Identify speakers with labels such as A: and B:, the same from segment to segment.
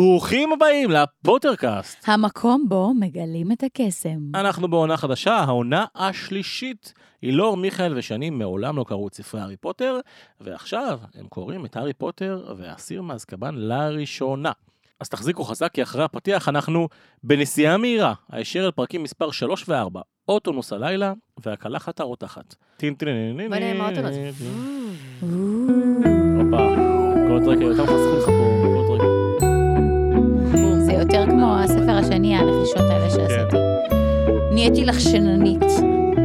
A: ברוכים הבאים לפוטרקאסט.
B: המקום בו מגלים את הקסם.
A: אנחנו בעונה חדשה, העונה השלישית. אילור, מיכאל ושני מעולם לא קראו את ספרי הארי פוטר, ועכשיו הם קוראים את הארי פוטר והאסיר מאזקבאן לראשונה. אז תחזיקו חזק כי אחרי הפתיח אנחנו בנסיעה מהירה, הישר אל פרקים מספר 3 ו-4, אוטונוס הלילה והקלחת הרותחת. טינטרינינינינין.
C: בוא נראה מה האוטונוס.
A: הופה, גולדרקר, יותר חסכו לך פה גולדרקר.
B: זה יותר כמו הספר השני, הרכישות האלה שעשיתי. נהייתי לך שננית.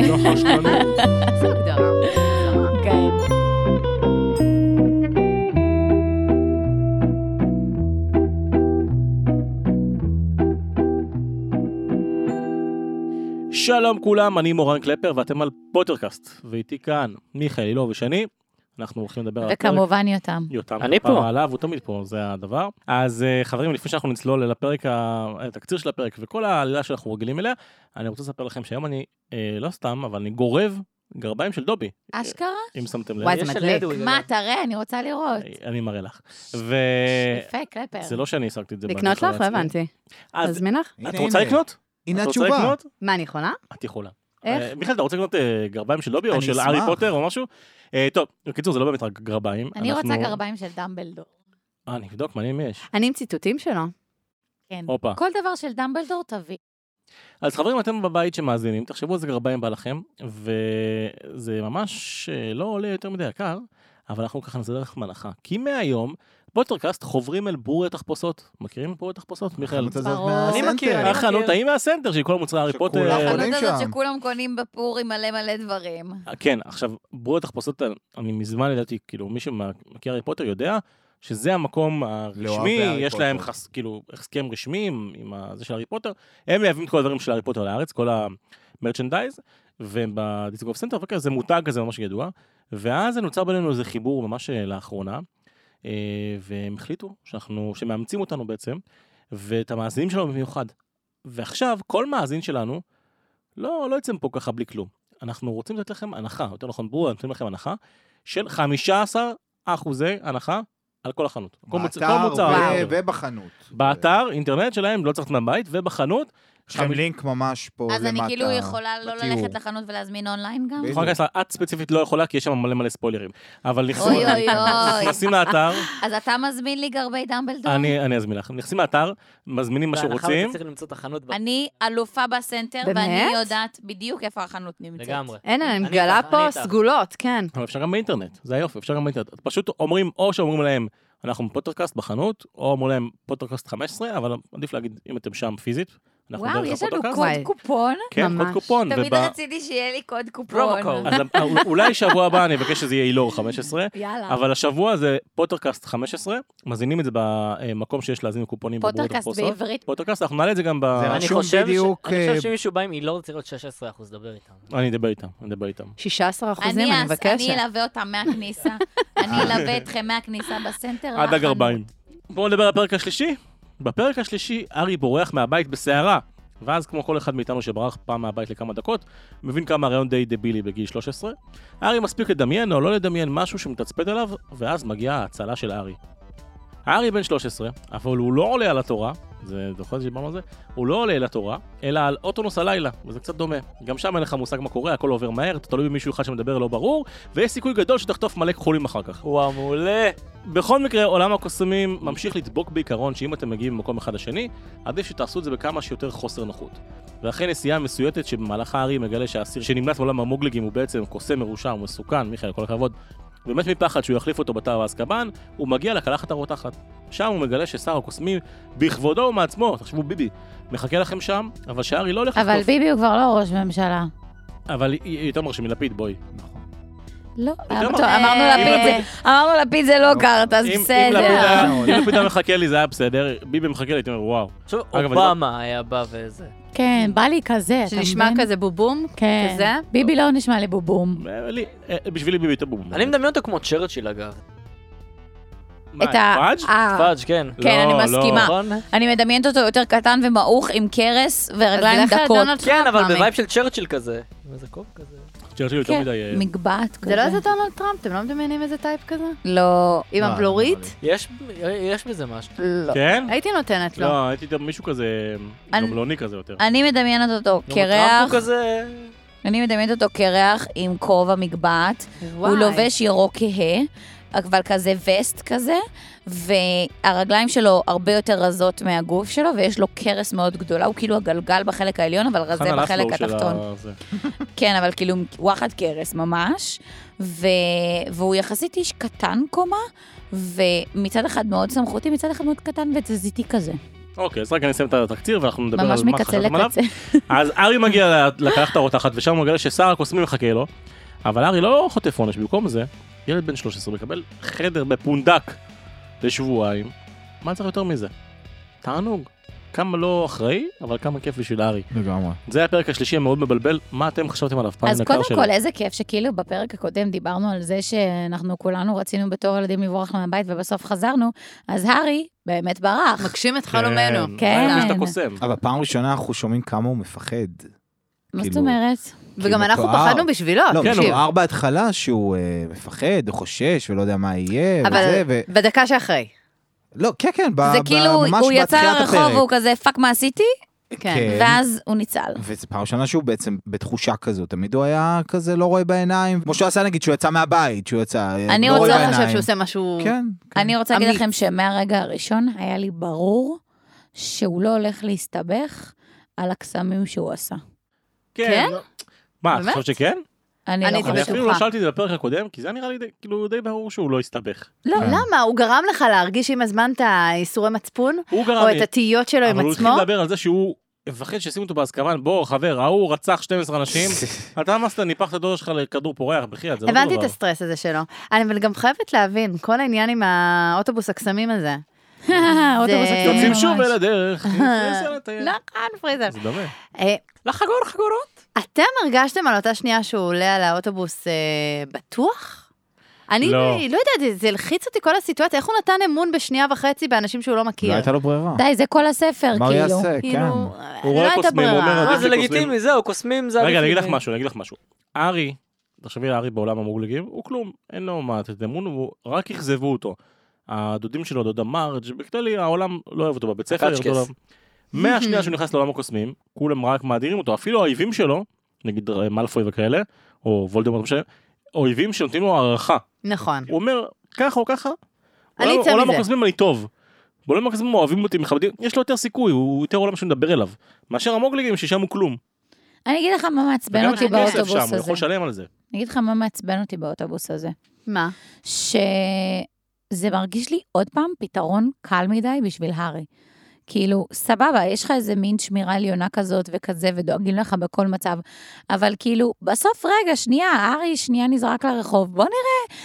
A: לא חשבנו.
C: זו הגדרה.
B: כן.
A: שלום כולם, אני מורן קלפר ואתם על פוטרקאסט, ואיתי כאן מיכאל אילוב ושני, אנחנו הולכים לדבר על הפרק.
B: וכמובן יותם.
A: יותם,
D: אני
A: כפרה
D: פה.
A: עליו, הוא תמיד פה, זה הדבר. אז אה, חברים, לפני שאנחנו נצלול אל הפרק, ה- התקציר של הפרק וכל העלילה שאנחנו רגילים אליה, אני רוצה לספר לכם שהיום אני, אה, לא סתם, אבל אני גורב גרביים של דובי,
B: אשכרה?
A: אם שמתם לב.
B: וואי,
D: יש
B: זה
D: על
B: מדליק.
D: ידו, זה
B: מה,
D: לא.
B: תראה, אני רוצה לראות.
A: אני מראה לך.
B: יפה, קלפר.
A: וזה לא שאני השגתי את אה, זה.
C: לקנות
A: בעצמי.
C: לך? לא הבנתי.
A: אז
C: תזמין לך?
A: את
E: הנה,
A: רוצה
E: הנה.
A: לקנות?
E: הנה
A: את רוצה
E: התשובה.
A: לקנות?
C: מה, אני יכולה?
A: את יכולה.
C: איך?
A: אה, מיכאל, אתה רוצה לקנות אה, גרביים של לובי או
E: אני
A: של
E: אשמח.
A: הארי פוטר או משהו? אה, טוב, בקיצור, זה לא באמת רק גרביים.
B: אני
A: אנחנו-
B: רוצה גרביים של דמבלדור.
A: אה, נבדוק מעניין מי יש.
C: אני עם ציטוטים שלו.
B: כן.
A: הופה.
B: כל דבר של דמבלדור תביא.
A: אז חברים, אתם בבית שמאזינים, תחשבו איזה גרביים בא לכם, וזה ממש אה, לא עולה יותר מדי יקר, אבל אנחנו ככה נעשה דרך מלאכה. כי מהיום, פוטרקאסט חוברים אל בורי התחפושות. מכירים בורי התחפושות, מיכאל?
E: החנות הזאת
B: ברור.
E: מהסנטר.
D: אני מכיר, אני מכיר.
A: החנות ההיא מהסנטר של כל מוצרי הארי
E: שכולם
A: פוטר.
E: קונים.
B: החנות הזאת
E: שם.
B: שכולם קונים בפור עם מלא מלא דברים.
A: כן, עכשיו, בורי התחפושות, אני מזמן ידעתי, כאילו, מי שמכיר הארי פוטר יודע שזה המקום הרשמי,
E: הארי
A: יש להם
E: פוטר.
A: חס, כאילו, הסכם רשמי עם, עם ה- זה של הארי פוטר, הם מייבאים את כל הדברים של הארי פוטר לארץ, כל המרצ'נדייז, והם בדיסקוף סנטר, וכאלה, זה מותג כזה ממש ידוע, ואז נוצר בינינו איזה חיבור ממש אה, לאחרונה, אה, והם החליטו שאנחנו, שמאמצים אותנו בעצם, ואת המאזינים שלנו במיוחד. ועכשיו, כל מאזין שלנו, לא, לא יצא מפה ככה בלי כלום. אנחנו רוצים לתת לכם הנחה, יותר נכון, ברור, נותנים לכם הנחה, של 15 אחוזי הנחה על כל החנות. כל מוצ- כל
E: באתר
A: מוצר.
E: ו-
A: אגב.
E: ובחנות.
A: באתר, אינטרנט שלהם, לא צריך לצאת מהבית, ובחנות.
E: יש לכם
A: חמש-
E: לינק ממש פה למטה.
B: אז אני כאילו יכולה לא
E: בתיאור.
B: ללכת לחנות ולהזמין אונליין גם?
E: בדיוק.
A: יכולה להיכנס, לה- את ספציפית לא יכולה, כי יש שם מלא מלא ספוילרים. אבל נכנסים-
B: אוי אוי אוי.
A: נכנסים לאתר,
B: אז אתה מזמין לי גרבי דמבלדור?
A: אני אני אזמין לכם, נכנסים לאתר, מזמינים מה
D: בהנחה
A: שרוצים.
D: ואתה צריך למצוא את החנות ב-
B: אני אלופה בסנטר,
C: באמת?
B: ואני יודעת בדיוק איפה החנות נמצאת.
D: לגמרי.
C: אין, אני
D: אני
C: מגלה
D: איתך, אני
C: פה
D: איתך.
C: סגולות, כן.
A: אבל אפשר גם באינטרנט, זה היופי, אפשר גם באינטרנט. פשוט אומרים, או שאומרים להם, אנחנו פוטרקאסט בחנות, או אומרים להם פוטרקאסט 15, אבל עדיף להגיד, אם אתם שם פיזית, אנחנו
B: וואו,
A: דרך
B: יש לנו
A: הפוטרקאסט.
B: קוד
C: וואי.
B: קופון?
A: כן, קוד
C: ממש.
A: קופון.
B: תמיד
A: וב-
B: רציתי שיהיה לי קוד
D: פרומו
B: קופון.
D: קוד.
A: אז לא- אולי שבוע הבא אני אבקש שזה יהיה אילור 15,
B: יאללה.
A: אבל השבוע זה פוטרקאסט 15, מזמינים את זה במקום שיש להזין קופונים בבורות
B: פוטרקאסט
A: הפוסטות.
B: בעברית.
A: פוטרקאסט, אנחנו נעלה את זה גם ב...
E: זה
D: אני
E: רשום
D: חושב ש-
E: בדיוק,
D: אני
E: אה,
D: חושב שמישהו בא עם אילור צריך להיות 16 אחוז, דבר איתם.
A: אני אדבר איתם, אני אדבר איתם.
C: 16 אחוזים,
B: אני
C: אני
B: אס- אני
C: מבקשת.
B: אלווה אותם מהכניסה. אני אלווה אתכם מהכניסה בסנטר.
A: עד
B: לחנות.
A: הגרביים. בואו נדבר על הפרק השלישי. בפרק השלישי, ארי בורח מהבית בסערה. ואז כמו כל אחד מאיתנו שברח פעם מהבית לכמה דקות, מבין כמה הרעיון די דבילי בגיל 13. ארי מספיק לדמיין או לא לדמיין משהו שמתצפת עליו, ואז מגיעה ההצלה של ארי. ארי בן 13, אבל הוא לא עולה על התורה, זה זוכר שדיברנו על זה? הוא לא עולה אל התורה, אלא על אוטונוס הלילה, וזה קצת דומה. גם שם אין לך מושג מה קורה, הכל עובר מהר, אתה תלוי במישהו אחד שמדבר לא ברור, ויש סיכוי גדול שתחטוף מלא כחולים אחר כך.
D: וואו, מעולה.
A: בכל מקרה, עולם הקוסמים ממשיך לדבוק בעיקרון שאם אתם מגיעים ממקום אחד לשני, עדיף שתעשו את זה בכמה שיותר חוסר נוחות. ואחרי נסיעה מסויטת שבמהלכה הארי מגלה שהאסיר שנמלט מעולם המוגלגים הוא בעצם קוסם מרושע ומסוכן, מיכאל, כל הכבוד, ומת מפחד שהוא יחליף אותו בתא באזקבאן, הוא מגיע לקלחת הרותחת. שם הוא מגלה ששר הקוסמים, בכבודו ומעצמו, תחשבו ביבי, מחכה לכם שם, אבל שהארי לא הולך
B: אבל
A: לחטוף.
B: ביבי הוא כבר לא ראש ממשלה.
A: אבל היא- היא יותר מרשים מלפיד, בואי.
B: לא,
A: יודע מה?
B: טוב, אמרנו
C: אה,
B: לפיד זה, אמרנו לפיד זה לא
E: לא.
B: קארט, אז
A: אם- אם לפיד
B: בסדר.
A: היה- אם לפיד היה מחכה לי זה היה בסדר, ביבי מחכה לי, הייתי אומר וואו.
D: עכשיו,
A: אני לא-
D: אובמה היה בא וזה.
B: כן, בא לי כזה, אתה
C: שנשמע
B: מבין?
C: כזה בובום,
B: כן.
C: כזה.
B: ביבי לא נשמע לי בובום.
A: אה, לי- אה, בשבילי ביבי יותר בום.
D: אני מדמיין אותו כמו צ'רצ'יל אגב.
A: מה,
B: את ה...
A: פאג'?
B: אה,
D: פאג', כן.
B: כן, אני
A: לא, לא.
B: מסכימה.
D: נכון?
B: אני מדמיינת אותו יותר קטן ומעוך עם קרס ורגליים
C: אז לך
B: דקות.
C: לדונלד
D: כן,
C: טראמפ,
D: אבל
C: מאמי.
D: בווייב של צ'רצ'יל כזה. עם איזה קוף כזה.
A: צ'רצ'יל יותר
B: כן,
A: מדי... אה,
B: מגבעת כזה.
C: זה לא איזה דונלד טראמפ, אתם לא מדמיינים איזה טייפ כזה?
B: לא.
C: עם
A: מה,
C: הבלורית?
A: נראה
D: יש- יש בזה משהו.
C: לא.
A: כן?
C: הייתי נותנת לו.
A: לא, הייתי גם מישהו כזה
B: אה, אני-
A: גמלוני כזה יותר.
B: אני מדמיינת אותו
A: לא,
D: גם הטראמפ
B: קרח,
D: כאילו, הוא כזה...
A: אה,
B: אני מדמיינת אותו קרח עם כובע מגבעת,
C: וואי.
B: הוא לובש ירוק כהה, אבל כזה וסט כזה, והרגליים שלו הרבה יותר רזות מהגוף שלו, ויש לו קרס מאוד גדולה, הוא כאילו הגלגל בחלק העליון, אבל רזה
A: חנה
B: לא בחלק
A: לסלו של
B: התחתון.
A: ה- זה.
B: כן, אבל כאילו וואחד קרס ממש, ו... והוא יחסית איש קטן קומה, ומצד אחד מאוד סמכותי, מצד אחד מאוד קטן ותזזיתי כזה.
A: אוקיי, אז רק אני אסיים את התקציר ואנחנו נדבר על מה
B: ממש מקצה
A: שחשבתם עליו.
B: לקצה.
A: אז ארי מגיע ל- לקלחת הרותחת, ושם הוא מגלה ששר הקוסמים מחכה לו, אבל ארי לא חוטף עונש, במקום זה, ילד בן 13 מקבל חדר בפונדק לשבועיים, מה צריך יותר מזה? תענוג. כמה לא אחראי, אבל כמה כיף בשביל ארי.
E: לגמרי.
A: זה היה הפרק השלישי המאוד מבלבל, מה אתם חשבתם עליו פעם
B: אז
A: יקר
B: קודם
A: שלי?
B: כל, איזה כיף שכאילו בפרק הקודם דיברנו על זה שאנחנו כולנו רצינו בתור ילדים לברוח מהבית ובסוף חזרנו, אז הארי באמת ברח.
C: מגשים את
A: כן.
C: חלומנו.
B: כן.
A: מה יש את הקוסם?
E: אבל פעם ראשונה אנחנו שומעים כמה הוא מפחד.
B: אה, מה זאת
E: כאילו-
B: אומרת?
C: וגם אנחנו
E: מתואר.
C: פחדנו בשבילו,
A: כן,
E: לא, כן,
A: הוא-
E: הוא
C: תקשיב.
E: אמר בהתחלה שהוא אה, מפחד, הוא חושש ולא יודע מה יהיה, וזה,
C: אבל
E: ו...
C: בדקה שאחרי.
E: לא, כן, כן, ב...
B: זה
E: ב-
B: כאילו,
E: ממש
B: הוא יצא
E: בתחילת
B: לרחוב
E: הפרק.
B: והוא כזה, פאק מה עשיתי?
C: כן.
B: ואז הוא ניצל.
E: וזו פעם ראשונה שהוא בעצם בתחושה כזו, תמיד הוא היה כזה לא רואה בעיניים, כמו שהוא עשה נגיד שהוא יצא מהבית, שהוא יצא, אה,
B: אני
E: לא
C: הוא
B: רוצה-
E: רואה
B: בעיניים.
C: לא חושב
E: בעיניים.
C: שהוא עושה משהו...
E: כן, כן.
B: אני רוצה להגיד
C: אמיץ.
B: לכם שמהרגע הראשון היה לי ברור שהוא לא הולך להסתבך על הקסמים שהוא עשה.
C: כן?
A: לא. מה, את
C: באמת?
A: חושבת שכן?
B: אני
C: אני
B: לא
C: הייתי
A: אני
B: חושבת.
C: בטוחה.
A: אפילו לא שאלתי את זה בפרק הקודם, כי זה היה נראה לי די- כאילו די ברור שהוא לא הסתבך.
C: לא,
E: כן.
C: למה? הוא גרם לך להרגיש עם הזמן את האיסורי מצפון,
A: הוא
C: או
A: גרם לי,
C: את התהיות שלו עם
A: אבל הוא התחיל
C: עצמו?
A: לדבר על זה שהוא מפחד שישימו אותו בהסכמה, בוא חבר, ההוא רצח 12 אנשים, אתה אמרת ניפח את הדודה שלך לכדור פורח, בחייאת, זה לא
C: הבנתי
A: אותו
C: את
A: דבר.
C: הסטרס הזה שלו. אני אבל גם חייבת להבין, כל העניין עם האוטובוס הקסמים הזה.
B: האוטובוס
C: זה-
B: הקטן
A: לא- יוצאים
B: ממש.
A: שוב אל הדרך, ננסה לטייל.
C: נכון, פריזר.
A: זה דומה.
C: אה,
D: לחגור חגורות.
C: אתם הרגשתם על אותה שנייה שהוא עולה על האוטובוס אה, בטוח? אני
A: לא.
C: לא יודעת, זה- זה הלחיץ אותי כל הסיטואציה, איך הוא נתן אמון בשנייה וחצי באנשים שהוא לא מכיר?
E: לא הייתה לו ברירה.
B: די, זה כל הספר,
E: מה הוא
B: כאילו.
E: יעשה? כן.
C: כאילו, אה,
A: הוא
C: לא
A: רואה
C: הייתה
A: קוסמים, הוא אומר,
C: ברירה.
A: "עדיף
D: אה, זה
A: לי
D: לגיטימי,
A: קוסמים".
D: זהו, קוסמים זה...
A: רגע, אני אגיד
D: עדיף
A: לך
D: לי.
A: משהו, אני אגיד לך משהו. ארי, תחשבי על ארי בעולם המוגלגים, הוא כלום, אין לו מה לתת אמון, הוא- רק אכזבו אותו. הדודים שלו, דודה מרג', בכללי העולם לא אוהב אותו בבית ספר.
D: הקצ'קס.
A: ירדו עליו. מהשנייה שהוא נכנס לעולם הקוסמים, כולם רק מאדירים אותו, אפילו האויבים שלו, נגיד אה, מאלפוי וכאלה, או וולדמורט, לא משנה, אויבים שנותנים לו הערכה.
C: נכון.
A: "אוקיי." הוא אומר, ככה או ככה,
C: אני
A: עולם-
C: אצא
A: עולם
C: מזה.
A: הקוסמים אני טוב. בעולם הקוסמים אוהבים אותי, מכבדים, יש לו יותר סיכוי, הוא יותר עולם שמדבר אליו. מאשר המוגלגים ששם הוא כלום.
B: אני אגיד לך מה מעצבן
A: וגם יש
B: אותי
A: לו כסף שם,
B: באוטובוס
A: הוא יכול
B: הזה.
A: לשלם על זה.
B: אני אגיד לך מה מעצבן אותי באוטובוס הזה.
C: מה?
B: שזה מרגיש לי עוד פעם פתרון קל מדי בשביל הארי. כאילו, סבבה, יש לך איזה מין שמירה עליונה כזאת וכזה, ודואגים לך בכל מצב, אבל כאילו, בסוף, רגע, שנייה, הארי שנייה נזרק לרחוב, בוא נראה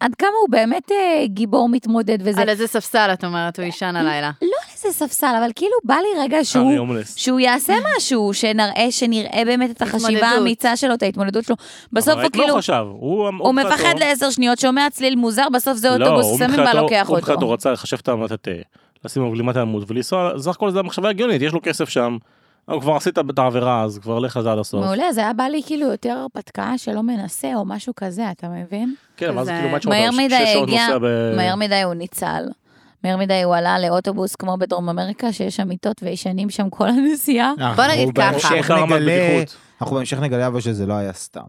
B: עד כמה הוא באמת אה, גיבור מתמודד וזה. לא
C: על איזה ספסל את אומרת, הוא יישן
B: אה?
C: הלילה.
B: איזה ספסל, אבל כאילו, בא לי רגע שהוא...
A: ארי הומלס.
B: שהוא יעשה משהו, שנראה, שנראה באמת את החשיבה
C: התמודדות.
B: האמיצה שלו, את ההתמודדות שלו. בסוף
A: אבל
B: הוא
A: לא
B: כאילו,
A: חשב, הוא
B: הוא מפחד לעשר שניות, שומע צליל מוזר, בסוף זה אוטובוס, סמים בא לוקח
A: לא, הוא מבחינתו
B: אותו.
A: רצה לחשב את המטאטה, לשים מבלימת העמוד ולנסוע, סך הכל זה מחשבה הגיונית, יש לו כסף שם, הוא כבר עשית את העבירה אז כבר לך זה עד הסוף.
B: מעולה, זה היה בא לי כאילו יותר הרפתקה שלא מנסה או משהו כזה, אתה מבין?
A: כן, אבל אז
C: כזה-
A: כאילו מה
B: מהר
A: שאתה,
B: מדי
A: שש שעות
B: הגיע-
A: נוסע ב...
B: מהר מדי הוא ניצל. מהר מדי הוא עלה לאוטובוס כמו בדרום אמריקה, שיש שם מיטות וישנים שם כל הנסיעה.
E: אנחנו
C: נגיד
E: בהמשך
C: ככה.
A: אותה רמת
E: נגלה-
A: בטיחות.
E: אנחנו בהמשך נגלה אבל שזה לא היה סתם.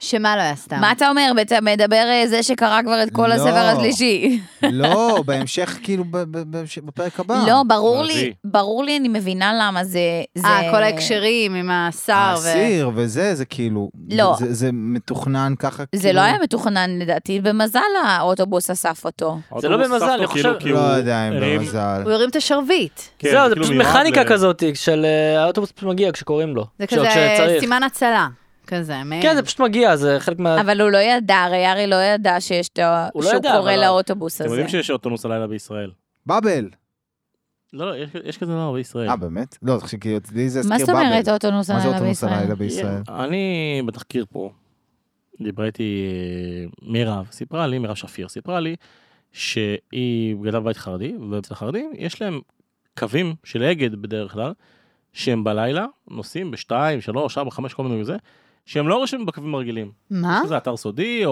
C: שמה לא היה סתם?
B: מה אתה אומר? בת- מדבר אה, זה שקרא כבר את כל
E: לא.
B: הספר השלישי.
E: לא, בהמשך כאילו ב- ב- בהמשך- בפרק הבא.
B: לא, ברור לי,
A: ברביעי.
B: ברור לי, אני מבינה למה זה...
C: אה,
B: זה-
C: כל ההקשרים עם
A: אה,
C: השר ו...
E: האסיר וזה, זה כאילו,
B: לא.
E: זה- זה מתוכנן ככה.
B: זה
E: כאילו-
B: לא היה מתוכנן לדעתי, במזל האוטובוס אסף אותו.
D: זה לא
A: האוטובוס
D: במזל,
A: סף
D: אני
A: לו, כאילו,
D: חושב-
A: כי
E: לא
A: הוא
E: יודע אם
A: הרים-
E: במזל.
C: הוא הרים את השרביט.
A: כן,
D: זהו, זה
A: כאילו
D: פשוט
A: מיועד
D: מכניקה
A: ל-
D: כזאת, של אה, האוטובוס פשוט מגיע כשקוראים לו.
C: זה
D: כש-
C: כזה
D: כשצריך.
C: סימן הצלה. כזה, מעין.
D: כן, זה פשוט מגיע, זה חלק מה...
B: אבל הוא לא ידע, הרי ארי לא ידע שיש את ה...
D: הוא לא
B: שהוא
D: ידע,
B: קורא
D: אבל-
B: לאוטובוס
A: אתם
B: הזה.
A: יודעים שיש אוטונוס הלילה בישראל.
E: באבל.
A: לא, לא, יש- יש כזה דבר בישראל.
E: אה, באמת? לא, תחשבי, כאילו, לי זה
B: מה
E: הזכיר
B: זאת
E: באבל.
B: אומרת אוטונוס
E: מה זה
B: הלילה
E: אוטונוס
B: בישראל?
E: הלילה בישראל?
A: כן, אני בתחקיר פה, דיברה איתי אה, מירב, סיפרה לי, מירב שפיר סיפרה לי, שהיא גדלה בבית חרדי, ואצל החרדים יש להם קווים של אגד בדרך כלל, שהם בלילה נוסעים בשתיים, שלוש, ארבע, חמש, כל מיני וזה, שהם לא רשומים בקווים הרגילים.
E: אה?
C: מה?
A: זה אתר סודי, או,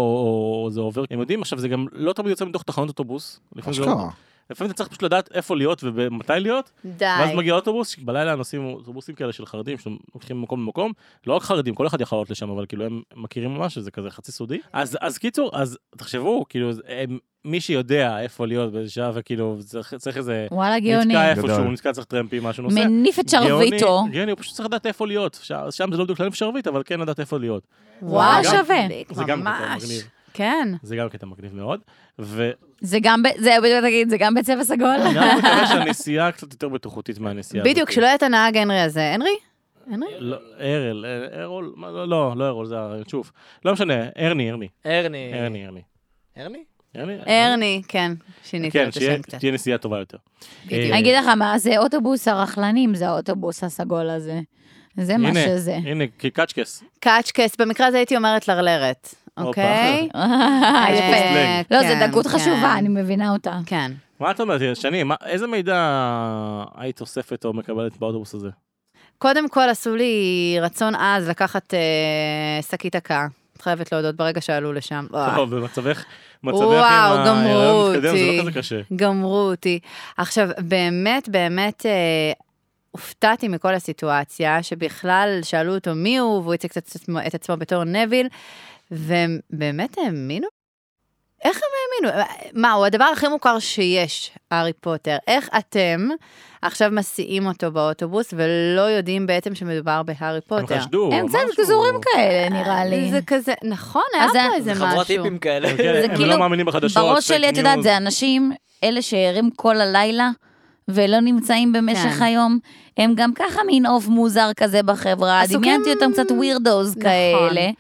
A: או זה עובר, הם יודעים, עכשיו זה גם לא תמיד יוצא מתוך תחנות אוטובוס. לפעמים זה לא-
E: אשכרה.
A: לפעמים אתה צריך פשוט לדעת איפה להיות ומתי להיות, ואז
C: די.
A: מגיע אוטובוס, בלילה נוסעים אוטובוסים כאלה של חרדים, שלוקחים ממקום למקום, לא רק חרדים, כל אחד יכול לעלות לשם, אבל כאילו הם מכירים ממש, שזה כזה חצי סודי. אז, אז קיצור, אז תחשבו, כאילו, הם, מי שיודע איפה להיות באיזה שעה, וכאילו, צריך, צריך איזה...
B: וואלה גאוני.
A: נתקע איפשהו,
E: גדול.
A: נתקע צריך טרמפים, משהו נוסע.
B: מניף את שרביטו.
A: גאוני, גאוני, הוא פשוט צריך לדעת איפה להיות. שם- שם זה לא בדיוק להניף שרביט, אבל כן לדעת איפה להיות.
B: וואו,
A: זה גם-
B: שווה.
A: זה גם
C: ממש.
A: קטע מגניב.
C: כן.
A: זה גם קטע מגניב מאוד. ו-
B: זה גם, ב- זה בדיוק תגיד, זה גם בצבע סגול?
A: אני רק מקווה שהנסיעה קצת יותר בטיחותית מהנסיעה.
C: בדיוק,
A: הזאת.
C: כשלא היה את הנהג הנרי הזה. הנרי? הנרי?
A: לא, ארל, אה, ארול, מה, לא, לא, לא ארול, זה הרצ'וף. לא משנה, ארני, ארני,
D: ארני.
A: ארני, ארני.
D: ארני?
A: ארני?
C: הרני, כן. שיניתי
A: אה.
C: לו
A: כן,
C: את
A: שיהיה-
C: השם קצת.
A: תהיה נסיעה טובה יותר.
C: בדיוק.
A: אה.
B: אני אגיד לך מה, זה אוטובוס הרכלנים, זה האוטובוס הסגול הזה. זה מה
A: הנה,
B: שזה.
A: הנה, כי- קאצ'קס.
C: קאצ'קס, במקרה הזה הייתי אומרת לרלרת, אוקיי?
B: אה, יפה.
C: אה,
B: לא,
C: כן,
B: זו דקות
C: כן.
B: חשובה, אני מבינה אותה.
C: כן.
A: מה את אומרת, שני, מה- איזה מידע היית אוספת או מקבלת באוטובוס הזה?
C: קודם כל עשו לי רצון עז לקחת אה, שקית הקאה. את חייבת להודות ברגע שעלו לשם. אה, וואו.
A: טוב, במצבך, מצבך עם
C: וואו, גמרו
A: ההיריון מתקדם, זה
C: אותי.
A: לא כזה קשה.
C: גמרו אותי. עכשיו, באמת, באמת אה, הופתעתי מכל הסיטואציה, שבכלל שאלו אותו מי הוא, והוא הציג את עצמו, את עצמו בתור נביל, והם באמת האמינו? איך הם האמינו? אה, מה, הוא הדבר הכי מוכר שיש, הארי פוטר. איך אתם עכשיו מסיעים אותו באוטובוס ולא יודעים בעצם שמדובר בהארי
A: הם
C: פוטר?
A: חשדו,
B: הם קצת
A: משהו.
B: גזורים כאלה, נראה לי.
C: זה כזה, נכון, היה
B: אז
C: פה
B: זה-
C: איזה
D: זה
C: משהו.
D: חבורת טיפים כאלה.
A: הם כן,
B: זה
A: הם
B: כאילו-
A: לא מאמינים בחדשות.
B: בראש שלי,
A: fake
B: את יודעת,
A: news.
B: זה אנשים, אלה שערים כל הלילה, ולא נמצאים במשך
C: כן.
B: היום, הם גם ככה מין עוף מוזר כזה בחברה,
C: עסוקים-
B: דמיינתי אותם קצת ווירדוס
C: נכון.
B: כאלה.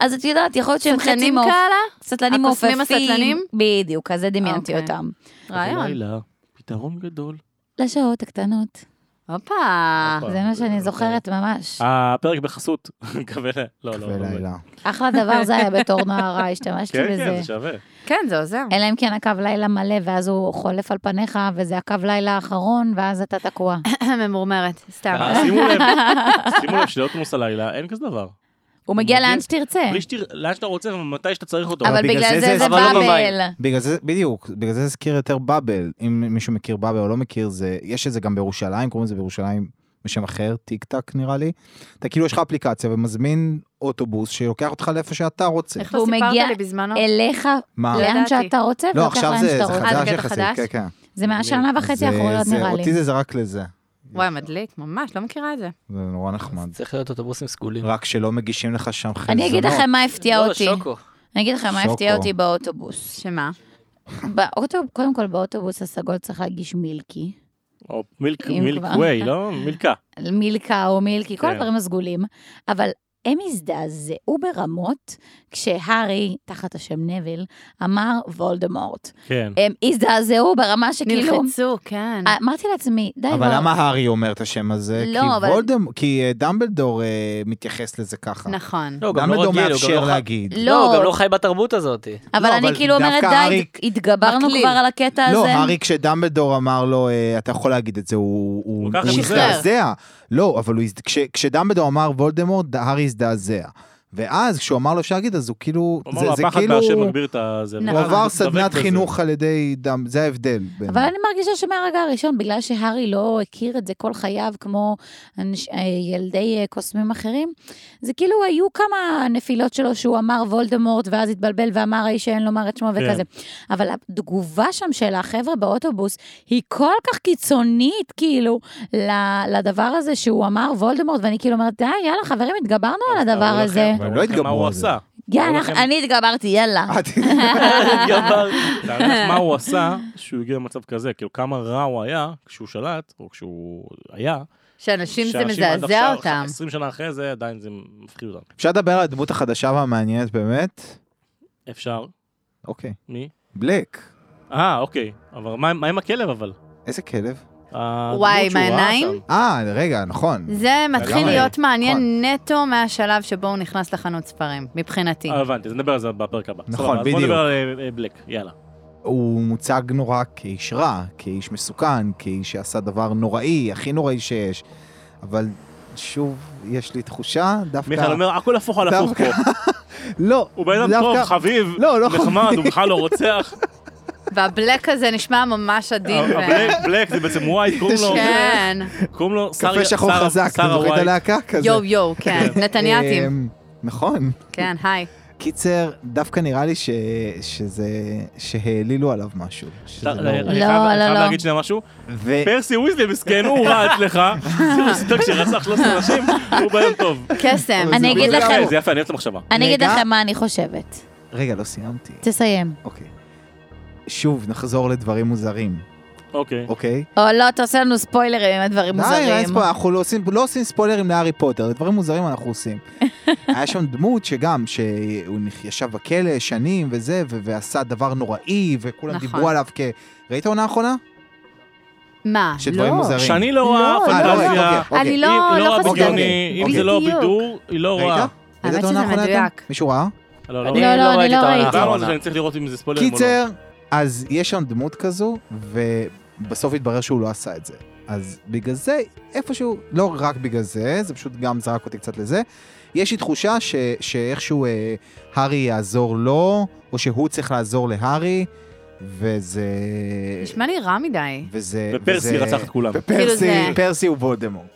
B: אז את יודעת, יכול להיות שהם חצי
C: סטלנים
B: מעוף...
C: כאלה?
B: סטלנים
C: הקוסמים
B: מעופפים.
C: הסטלנים?
B: בדיוק, אז זה דמיינתי
C: אוקיי.
B: אותם.
C: רעיון.
A: בלילה, פתרון גדול.
B: לשעות הקטנות,
C: הופה.
A: הופה.
B: זה מה שאני זוכרת ממש.
A: אה. הפרק בחסות, קווה, ל- לא, לא, לא.
E: ולילה.
B: אחלה דבר זה היה בתור נערה, השתמשתי
A: כן,
B: בזה.
A: כן, זה שווה.
C: כן, זה עוזר.
B: אלא אם כן הקו לילה מלא, ואז הוא חולף על פניך, וזה הקו לילה האחרון, ואז אתה תקוע.
C: ממורמרת, סתם.
A: אה, שימו לב, שימו לב שלאוטומוס הלילה אין כזה דבר.
B: הוא מגיע
A: מגיע-
B: לאן שתרצה.
A: בלי שתראה, לאן שאתה רוצה ומתי שאתה צריך אותו.
B: כן. אבל
E: בגלל
B: בגלל
E: זה
B: זה
E: זה-
B: זה
D: אבל לא במים.
B: באבל.
E: בגלל זה, בדיוק, בגלל זה זה הזכיר יותר באבל. אם מישהו מכיר באבל או לא מכיר, זה, יש את זה גם בירושלים, קוראים לזה בירושלים בשם אחר, טיק טק נראה לי. אתה כאילו, יש לך אפליקציה ומזמין אוטובוס שלוקח אותך לאיפה שאתה רוצה.
C: איך לא
B: והוא מגיע
C: סיפרת לי בזמנו?
B: אליך,
E: מה?
C: לא
B: לאן
C: ידעתי.
B: שאתה רוצה,
E: אה. לא,
B: ולוקח
E: עכשיו
B: לאן
E: זה,
B: שאתה
E: זה
B: רוצה.
C: אה,
E: חדש
C: זה קטע
E: יחסית,
C: חדש?
E: כן, כן.
B: זה מהשנה וחצי
E: זה-
B: האחרונות
E: זה-
B: נראה לי.
E: אותי זה זרק לזה,
C: וואי, מדליק, ממש, לא מכירה את זה.
E: זה נורא נחמד.
D: צריך להיות אוטובוסים סגולים.
E: רק שלא מגישים לך שם חלזונות.
B: אני אגיד לכם מה הפתיע
D: לא,
B: אותי.
D: שוקו.
B: אני אגיד לכם מה הפתיע
E: שוקו.
B: אותי באוטובוס.
C: שמה?
B: באוטובוס, קודם כל באוטובוס הסגול צריך להגיש מילקי.
A: או מילק
B: אם
A: מילק
B: כבר.
A: ווי, לא? מילקה.
B: מילקה או מילקי, כל
A: כן.
B: הדברים הסגולים. אבל הם הזדעזעו ברמות כשהארי, תחת השם נביל, אמר וולדמורט.
A: כן.
B: הם הזדעזעו ברמה שכאילו...
C: נלחצו, כן.
B: אמרתי לעצמי, די,
E: אבל
B: כבר,
E: למה הארי אומר את השם הזה?
B: לא,
E: כי
B: אבל-
E: וולדמ- כי אה, דמבלדור אה, מתייחס לזה ככה.
C: נכון.
D: לא, הוא גם לא רגיל, הוא
E: דמבלדור
D: גם לא
E: מאפשר
D: חי-
E: להגיד.
B: לא,
D: לא, הוא גם לא חי בתרבות הזאת.
B: אבל
E: לא,
B: אני
E: אבל
B: כאילו אומרת,
E: דווקא
B: די,
E: אריק
B: התגברנו
D: מקליל.
B: כבר על הקטע הזה.
E: לא, הארי כשדמבלדור אמר לו, "אה, אתה יכול להגיד את זה, הוא הוא-
A: לקח
E: הוא
A: שחרר.
E: הזדעזע. לא, אבל הוא הזד- כש- כשדמבלדור אמר וולדמורט, ד- הארי הזדעזע. ואז כשהוא אמר לו אפשר להגיד, אז הוא כאילו,
A: הוא אמר
E: זה
A: לו,
E: זה
A: הפחד
E: כאילו,
A: מהשם מגביר את ה...
B: נכון.
A: זה",
E: הוא
A: ואז
E: עבר
A: דבק
E: סדנת
A: בזה.
E: חינוך על ידי דם, זה ההבדל. בין-
B: אבל אני מרגישה שמהרגע הראשון, בגלל שהארי לא הכיר את זה כל חייו, כמו אנש, אה, ילדי אה, קוסמים אחרים, זה כאילו היו כמה נפילות שלו שהוא אמר וולדמורט, ואז התבלבל ואמר האיש שאין לומר את שמו
A: כן.
B: וכזה. אבל התגובה שם של החבר'ה באוטובוס היא כל כך קיצונית, כאילו, ל- לדבר הזה שהוא אמר וולדמורט, ואני כאילו אומרת, די, יאללה, חברים, התגברנו על אה, הדבר
A: אמרו לכם-
B: הזה.
A: אמרו
E: הם לא
A: לכם מה
E: התגברו
A: הוא
E: על זה.
A: עשה.
B: יאללה,
A: לכם-
B: אני התגברתי, יאללה.
E: את-
D: גמר.
A: תארי לך מה הוא עשה שהוא הגיע למצב כזה, כאילו כמה רע הוא היה כשהוא שלט, או כשהוא היה.
C: שאנשים זה
A: שאנשים עד
C: מזעזע
A: עכשיו,
C: אותם.
A: 20 שנה אחרי זה עדיין זה מפחיד אותם.
E: אפשר לדבר על הדמות החדשה והמעניינת באמת?
A: אפשר?
E: אוקיי.
A: מי?
E: בלק,
A: אה, אוקיי. אבל מה מה עם הכלב אבל?
E: איזה כלב.
A: הדמות
C: וואי,
A: שהוא ראה
C: מהעיניים?
A: שם.
E: אה, רגע, נכון.
C: זה מתחיל
E: לגמרי.
C: להיות מעניין
E: נכון.
C: נטו מהשלב שבו הוא נכנס לחנות ספרים, מבחינתי.
A: אה, הבנתי, אז נדבר על זה בפרק הבא.
E: נכון,
A: סבבה, אז
E: בדיוק.
A: בוא נדבר על אה, אה, בלק, יאללה.
E: הוא מוצג נורא כאיש רע, כאיש מסוכן, כאיש שעשה דבר נוראי, הכי נוראי שיש. אבל שוב, יש לי תחושה, דווקא...
A: מיכאל אומר, הכל הפוך על הפוך פה.
E: דווקא- לא,
A: הוא בן אדם טוב,
E: דווקא-
A: חביב,
E: לא, לא
A: נחמד,
E: חביב.
A: הוא בכלל לא רוצח. אה,
C: והבלק הזה נשמע ממש עדין. ו-
A: הבלק- בלק זה בעצם ווייט, קוראים לו-
C: כן,
A: קוראים לו שר-
E: קפה שחור
A: שר-
E: חזק,
A: שר
E: אתה זוכר את
A: הווייט.
E: הלהקה כזה.
C: יואו יואו, כן,
A: אה,
C: נתניאתים,
E: אמ, נכון.
C: כן, היי.
E: קיצר, דווקא נראה לי ש- שזה... שהעלילו עליו משהו. שזה
A: לא,
E: לא-
A: אני חייב-
B: לא,
A: אני
B: לא,
A: חייב
B: לא.
A: להגיד שנייה משהו.
E: ו-
A: פרסי וויזלי מסכן, הוא רץ לך, זה סיפר כשרצח 13 אנשים, הוא ביום טוב. אה,
C: קסם.
E: אבל זה לא
B: אני אגיד
E: בדיוק
B: לכם-
E: ההפך.
A: זה יפה, אני אוהב את המחשבה.
B: אני אגיד
E: רגע.
B: לכם מה אני חושבת.
E: רגע, לא סיימתי.
B: תסיים.
E: אוקיי. שוב, נחזור לדברים מוזרים,
A: אוקיי.
E: אוקיי?
B: או לא, אתה עושה לנו ספוילרים עם הדברים
E: די, אין
B: מוזרים.
E: ספוילר, אנחנו לא עושים, לא עושים ספוילרים להארי פוטר, דברים מוזרים אנחנו עושים. היה שם דמות שגם, שהוא נכ- ישב בכלא שנים וזה, ו- ועשה דבר נוראי, וכולם
C: נכון.
E: דיברו עליו כ... ראית העונה האחרונה?
C: מה?
E: שדברים
C: לא.
E: מוזרים.
A: שאני לא רואה
C: לא, לא,
E: אוקיי,
A: פנטזיה.
E: אוקיי.
C: אני
A: אם-
C: לא,
A: היא
C: לא
A: רואה
E: אוקיי,
A: בדיוני,
E: אוקיי.
A: אם זה לא
C: בדיוק.
A: בידור, היא לא
E: ראית?
A: רואה.
E: ראית את
C: האמת
E: העונה
C: שזה
E: האחרונה, אתם?
C: מדויק.
E: מישהו ראה?
A: לא, לא
D: אני
A: רואה.
B: לא,
D: לא
B: אני
D: ראיתי
B: לא
D: את העונה
A: דיברנו
B: ראיתי.
A: על זה,
D: האחרונה.
A: אני צריך לראות אם זה ספוילר או לא.
E: קיצר, אז יש שם דמות כזו, ובסוף התברר שהוא לא עשה את זה. אז בגלל זה, איפשהו, לא רק בגלל זה, זה פשוט גם זרק אותי קצת לזה. יש לי תחושה ש, שאיכשהו אה, הארי יעזור לו, או שהוא צריך לעזור להארי, וזה...
C: נשמע לי רע מדי.
E: וזה...
A: ופרסי
E: וזה-
A: רצח את כולם.
C: כאילו
E: ופרסי,
C: זה-
E: פרסי הוא וולדמורט.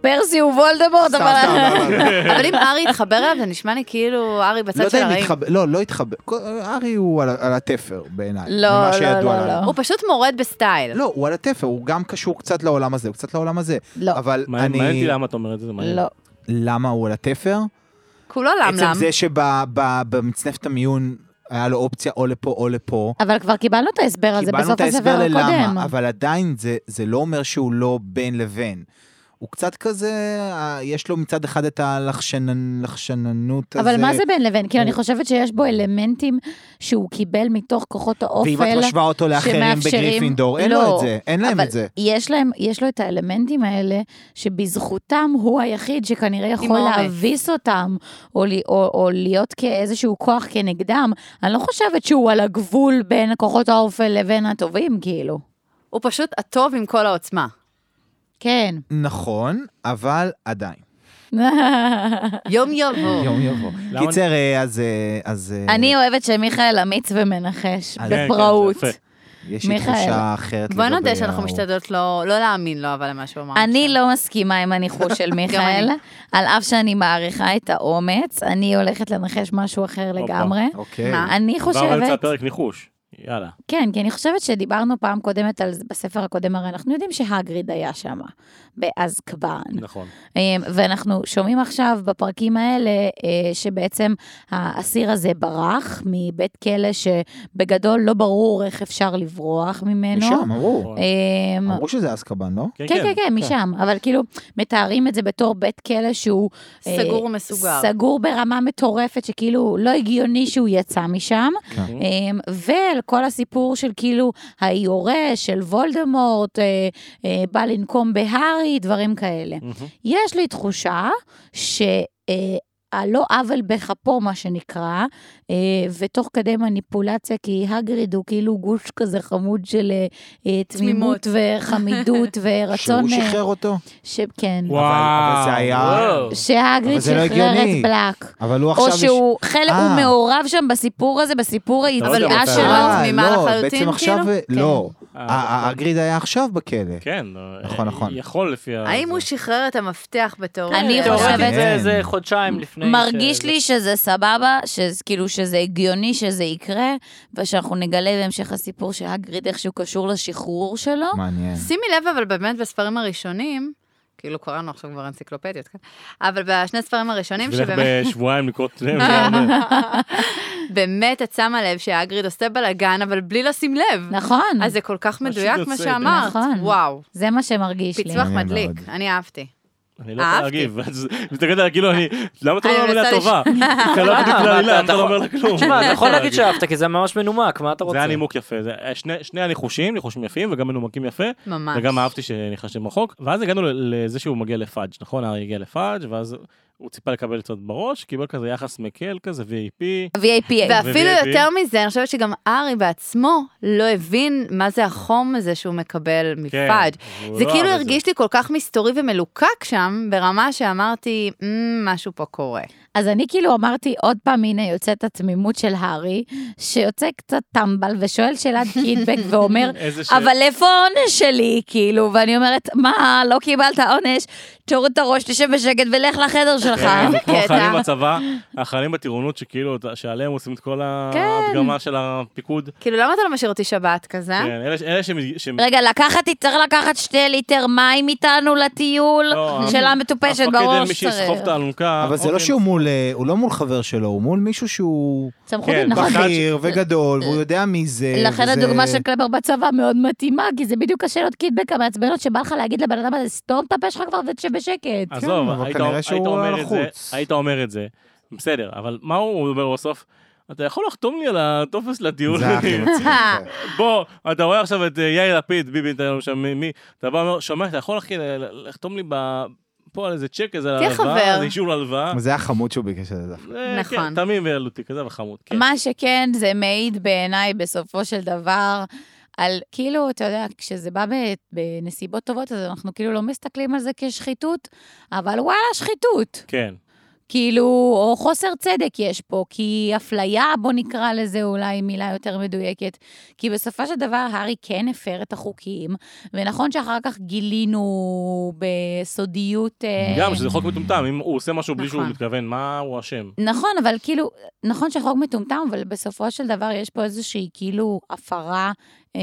B: פרסי הוא וולדמורט,
E: סתם,
B: אבל...
E: סתם, לא, לא, לא.
C: אבל אם ארי יתחבר אליו, זה נשמע לי כאילו ארי
E: לא
C: בצד של
E: יודע אם
C: הרעים.
E: התחבר, לא, לא התחבר. הארי הוא על ה- על התפר בעיניי.
B: לא,
E: ממה
B: לא,
E: שידוע
B: לא,
E: לנו.
B: לא.
C: הוא פשוט מורד בסטייל.
E: לא, הוא על התפר, הוא גם קשור קצת לעולם הזה, הוא קצת לעולם הזה.
B: לא,
E: אבל
A: מעניין
E: אני...
A: מעניין אותי למה אתה אומר את זה, זה מעניין.
B: לא.
E: למה הוא על התפר?
C: כולו למלם.
E: עצם זה שבמצנפת המיון היה לו אופציה או לפה או לפה.
B: אבל כבר קיבלנו את ההסבר הזה
E: קיבלנו
B: בסוף
E: את
B: הספר
E: ההסבר
B: הקודם.
E: ללמה, אבל עדיין זה, זה לא אומר שהוא לא בין לבין. הוא קצת כזה, אה, יש לו מצד אחד את הלחשננות הזה.
B: אבל מה זה בין לבין? כאילו, אני
E: הוא-
B: חושבת שיש בו אלמנטים שהוא קיבל מתוך כוחות האופל.
E: ואם את משווה אותו לאחרים
B: שמאפשרים-
E: בגריפינדור, אין לו
B: לא,
E: את זה, אין להם
B: אבל
E: את זה.
B: יש, להם, יש לו את האלמנטים האלה, שבזכותם הוא היחיד שכנראה יכול
C: האומץ.
B: להביס אותם, או, לי- או, או להיות כאיזשהו כוח כנגדם. אני לא חושבת שהוא על הגבול בין כוחות האופל לבין הטובים, כאילו.
C: הוא פשוט הטוב עם כל העוצמה.
B: כן.
E: נכון, אבל עדיין. אה.
C: יום יבוא.
E: יום יבוא.
A: למה-
E: קיצר, אה, אז... אה, אז אה,
B: אני אוהבת שמיכאל אמיץ ומנחש,
E: כן,
A: כן,
B: בפראות.
A: זה יפה.
E: יש לי
B: מיכאל.
E: תחושה אחרת
C: בוא
E: לגבי
C: נודה שאנחנו
E: ההוא.
C: משתדלות לא לא להאמין לו, אבל למה שהוא אמר.
B: אני לא מסכימה עם הניחוש של מיכאל,
C: אני.
B: על אף שאני מעריכה את האומץ, אני הולכת לנחש משהו אחר
A: הופה.
B: לגמרי.
E: אוקיי.
C: מה?
B: אני
A: כבר באמצע
B: חושבת,
A: הפרק ניחוש. יאללה.
B: כן, כי אני חושבת שדיברנו פעם קודמת על, בספר הקודם, הרי אנחנו יודעים שהגריד היה שם, באזקבאן.
A: נכון.
B: אמ, ואנחנו שומעים עכשיו בפרקים האלה אה, שבעצם האסיר הזה ברח מבית כלא שבגדול לא ברור איך אפשר לברוח ממנו.
E: משם, אמרו.
B: אמ,
E: אמרו שזה אסקבן, לא?
A: כן,
B: כן, כן, כן, משם. אבל כאילו, מתארים את זה בתור בית כלא שהוא... אה,
C: סגור ומסוגר.
B: סגור ברמה מטורפת, שכאילו לא הגיוני שהוא יצא משם.
E: כן.
B: אמ, ועל כל הסיפור של כאילו היורש של וולדמורט, אה, אה, בא לנקום בהארי, דברים כאלה.
A: מהמם.
B: יש לי תחושה ש... אה, הלא עוול בכפו, מה שנקרא, אה, ותוך כדי מניפולציה, כי הגריד הוא כאילו גוש כזה חמוד של אה, אה, תמימות
C: תמימות.
B: וחמידות ורצון...
E: שהוא
B: אה,
E: שחרר אותו.
B: ש... כן.
A: וואו.
E: אבל זה היה-
D: וואו.
B: שהגריד
E: אבל זה לא
B: שחרר
E: הגיוני.
B: את בלק.
E: אבל הוא עכשיו...
B: או שהוא חלק, הוא
E: אה.
B: מעורב שם בסיפור הזה, בסיפור
A: לא יודע
B: היציאה
A: מתי.
B: שלו.
E: אה,
C: תמימה
E: לא,
C: לחלוטין,
E: בעצם
C: כאילו?
E: עכשיו...
B: כן.
E: לא.
A: אה,
E: הגריד היה עכשיו בכלא.
A: כן.
E: נכון,
A: אה,
E: נכון.
A: יכול לפי ה...
C: האם הוא שחרר את המפתח בתור...
B: לא-
C: אה,
B: אני
D: תיאורטית
B: חושבת-
D: זה-
E: כן.
D: זה חודשיים לפני...
B: מרגיש
D: שזה-
B: לי שזה סבבה, שזה- כאילו שזה הגיוני שזה יקרה, ושאנחנו נגלה בהמשך הסיפור שהגריד איכשהו קשור לשחרור שלו.
E: מעניין.
C: שימי לב, אבל באמת בספרים הראשונים, כאילו קראנו עכשיו כבר אנציקלופדיות, כן? אבל בשני הספרים הראשונים,
A: זה ילך
C: שבאמת
A: בשבועיים לקרות לב. זה לא הרבה.
C: באמת את שמה לב שהאגריד עושה בלאגן, אבל בלי לשים לב.
B: נכון,
C: אז זה כל כך מדויק
A: יוצא,
C: מה
A: כן.
C: שאמרת.
B: נכון.
C: וואו,
B: זה מה שמרגיש לי.
C: פיצוח
E: מעניין
C: מדליק,
E: מאוד.
C: אני אהבתי.
A: אני לא יכול
C: אהבתי.
A: להגיב. אז מסתכלת עליי כאילו אני... למה אתה לא
C: אני
A: אומר מילה
C: מנסה
A: טובה? אתה לא בדיוק
D: אה,
A: לעלילה, אתה לא אומר לה כלום. לא
D: תשמע, אתה יכול להגיד שאהבת, כי זה ממש מנומק, מה אתה
A: זה
D: רוצה?
A: היה נימוק יפה, זה היה שני- שני הניחושים, ניחושים יפים וגם מנומקים יפה,
C: ממש.
A: וגם אהבתי שניחשתם רחוק, ואז הגענו ל- לזה שהוא מגיע לפאג', נכון? הארי הגיע לפאג', ואז הוא ציפה לקבל קצת בראש, קיבל כזה יחס מקל כזה, VIP,
B: VAPA.
C: ואפילו
A: ו-VIP.
C: יותר מזה, אני חושבת שגם ארי בעצמו לא הבין מה זה החום הזה שהוא מקבל
A: כן.
C: מפאג'.
A: והוא
C: זה
A: לא
C: כאילו
A: אהב את
C: הרגיש לי כל כך מסתורי ומלוקק שם, ברמה שאמרתי, "מ, משהו פה קורה.
B: אז אני כאילו אמרתי, עוד פעם, הנה יוצאת התמימות של הארי, שיוצא קצת טמבל ושואל שאלת קידבק ואומר,
A: איזה ש...
B: אבל איפה העונש שלי? כאילו, ואני אומרת, מה, לא קיבלת עונש? תוריד את הראש, תשב בשקט ולך לחדר שלך.
C: אה,
A: כן, זה כמו
C: קטע.
A: החיילים בצבא, החיילים בטירונות שכאילו, שעליהם עושים את כל
C: כן.
A: ההדגמה של הפיקוד.
C: כאילו, למה אתה לא משאיר אותי שבת כזה?
A: כן, אלה ש- אלה שהם- שהם...
B: רגע, לקחת, צריך לקחת שתי ליטר מים איתנו לטיול?
A: לא,
B: שאלה מטופשת,
A: המפקד,
B: ברור
A: מי שיסחוב
B: שצריך.
A: את האלונקה.
E: אבל זה לא
A: אוקיי.
E: שהוא מול, אה, הוא לא מול חבר שלו, הוא מול מישהו שהוא
B: סמכות,
A: כן,
B: נכון.
A: בחיים.
E: בכיר וגדול, והוא יודע מי זה.
B: לכן
E: אה, וזה-
B: הדוגמה של קלבר בצבא מאוד מתאימה, כי זה בדיוק השאלות קידבק המעצבנות שבא לך להגיד לבן אדם הזה, סתום את הפה שלך כבר ותשב בשקט.
A: עזוב,
E: כן, אבל
A: היית-
E: כנראה
A: היית
E: שהוא
A: אומר
E: על
A: את זה-
E: החוץ.
A: היית אומר את זה, בסדר, אבל מה הוא אומר בסוף? אתה יכול לחתום לי על הטופס לטיול?
E: זה הכי מצחיק. כן.
A: בוא, אתה רואה עכשיו את אה, יאיר לפיד, ביבי נתניהו שם, מי- מי, אתה בא ואומר, שומע, אתה יכול אחי ל- ל- לחתום לי ב- פה על איזה צ'ק, איזה
C: תהיה
A: הלוואה,
C: חבר.
A: על אישור להלוואה?
E: כן. זה היה חמוד שהוא ביקש את זה.
A: אה, כן,
C: נכון.
A: תמים וילדותי כזה וחמוד, כן.
B: מה שכן, זה מעיד בעיניי בסופו של דבר על, כאילו, אתה יודע, כשזה בא ב- בנסיבות טובות, אז אנחנו כאילו לא מסתכלים על זה כשחיתות, אבל וואלה, שחיתות.
A: כן.
B: כאילו, או חוסר צדק יש פה, כי אפליה, בוא נקרא לזה אולי מילה יותר מדויקת. כי בסופו של דבר, הארי כן הפר את החוקים, ונכון שאחר כך גילינו בסודיות... אה,
A: גם שזה חוק מטומטם, אם הוא עושה משהו בלי שהוא
C: נכון.
A: מתכוון, מה הוא אשם?
B: נכון, אבל כאילו, נכון שהחוק מטומטם, אבל בסופו של דבר יש פה איזושהי כאילו הפרה אה,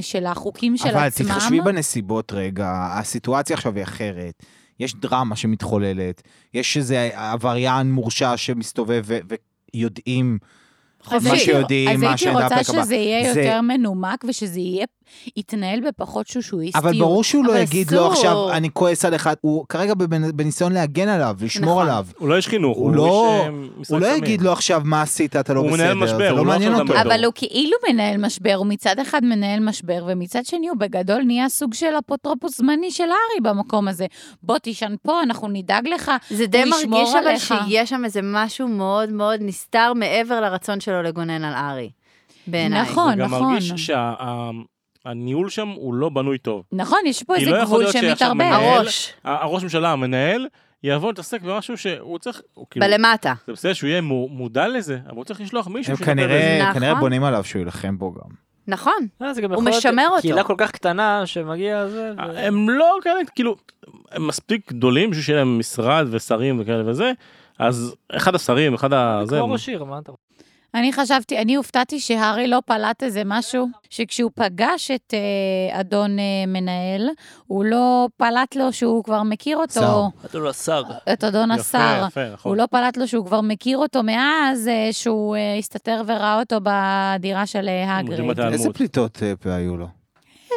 B: של החוקים של
E: אבל
B: עצמם.
E: תתחשבי בנסיבות רגע, הסיטואציה עכשיו היא אחרת. יש דרמה שמתחוללת, יש איזה עבריין מורשע שמסתובב ו- ויודעים
B: אז
E: מה
B: הייתי-
E: שיודעים, מה שאין
B: אז הייתי
E: דאפק
B: רוצה
E: הבא.
B: שזה יהיה
E: זה-
B: יותר מנומק ושזה יהיה, יתנהל בפחות שושואיסטיות.
E: אבל ברור שהוא לא
C: אבל
E: יגיד לו
C: אסור.
E: עכשיו, אני כועס עליך, הוא כרגע בבנ- בניסיון להגן עליו, לשמור
C: נכון.
E: עליו.
A: הוא לא איש חינוך,
E: הוא
A: הוא
E: לא-
A: איש אה,
E: הוא
A: משחק
E: לא
A: סמים.
E: יגיד לו עכשיו מה עשית, אתה לא
A: הוא מנהל
E: בסדר,
A: משבר,
E: זה לא
A: הוא לא
E: מעניין
A: עכשיו
E: אותו.
A: מדבר.
B: אבל הוא כאילו מנהל משבר, הוא מצד אחד מנהל משבר, ומצד שני הוא בגדול נהיה סוג של אפוטרופוס זמני של הארי במקום הזה. בוא תישן פה, אנחנו נדאג לך.
C: זה די
B: הוא ישמור
C: מרגיש אבל
B: עליך.
C: שיש שם איזה משהו מאוד מאוד נסתר מעבר לרצון שלו לגונן על ארי. בעיניי.
B: נכון,
A: גם
B: נכון.
A: מרגיש שהניהול שם הוא לא בנוי טוב.
B: נכון, יש פה
A: כי
B: איזה
A: לא יכול
B: גבול
A: להיות שעכשיו
B: שמתערבב.
A: מנהל-
C: הראש,
A: ה- הראש ממשלה, המנהל, יבוא להתעסק במשהו שהוא צריך, הוא כאילו,
C: בלמטה.
A: זה בסדר שהוא יהיה מו- מודע לזה, אבל הוא צריך לשלוח מישהו
E: הם
A: שיטפל בזה.
E: כנראה
C: נכון.
E: כנראה בונים עליו שהוא יילחם בו גם.
C: נכון.
D: אה, זה גם
C: הוא
D: יכול להיות
C: משמר אותו.
D: קהילה כל כך קטנה שמגיע זה. ו-
A: הם לא כאלה, כאילו, הם מספיק גדולים בשביל שיהיה להם משרד ושרים וכאלה וזה, אז אחד השרים, אחד ה... אה, זה,
D: כמו ראש עיר, מה אתה
B: אני חשבתי, אני הופתעתי שהארי לא פלט איזה משהו, שכשהוא פגש את אה, אדון אה, מנהל, הוא לא פלט לו שהוא כבר מכיר
E: שר.
B: אותו,
D: אתה לא שר.
B: את אדון
A: יפה,
B: השר.
A: יפה, נכון.
B: הוא לא פלט לו שהוא כבר מכיר אותו מאז אה, שהוא אה, הסתתר וראה אותו בדירה של אה,
A: מדהים
B: הגריד.
A: אתה-
E: איזה
A: תלמוד.
E: פליטות אה, פה היו לו.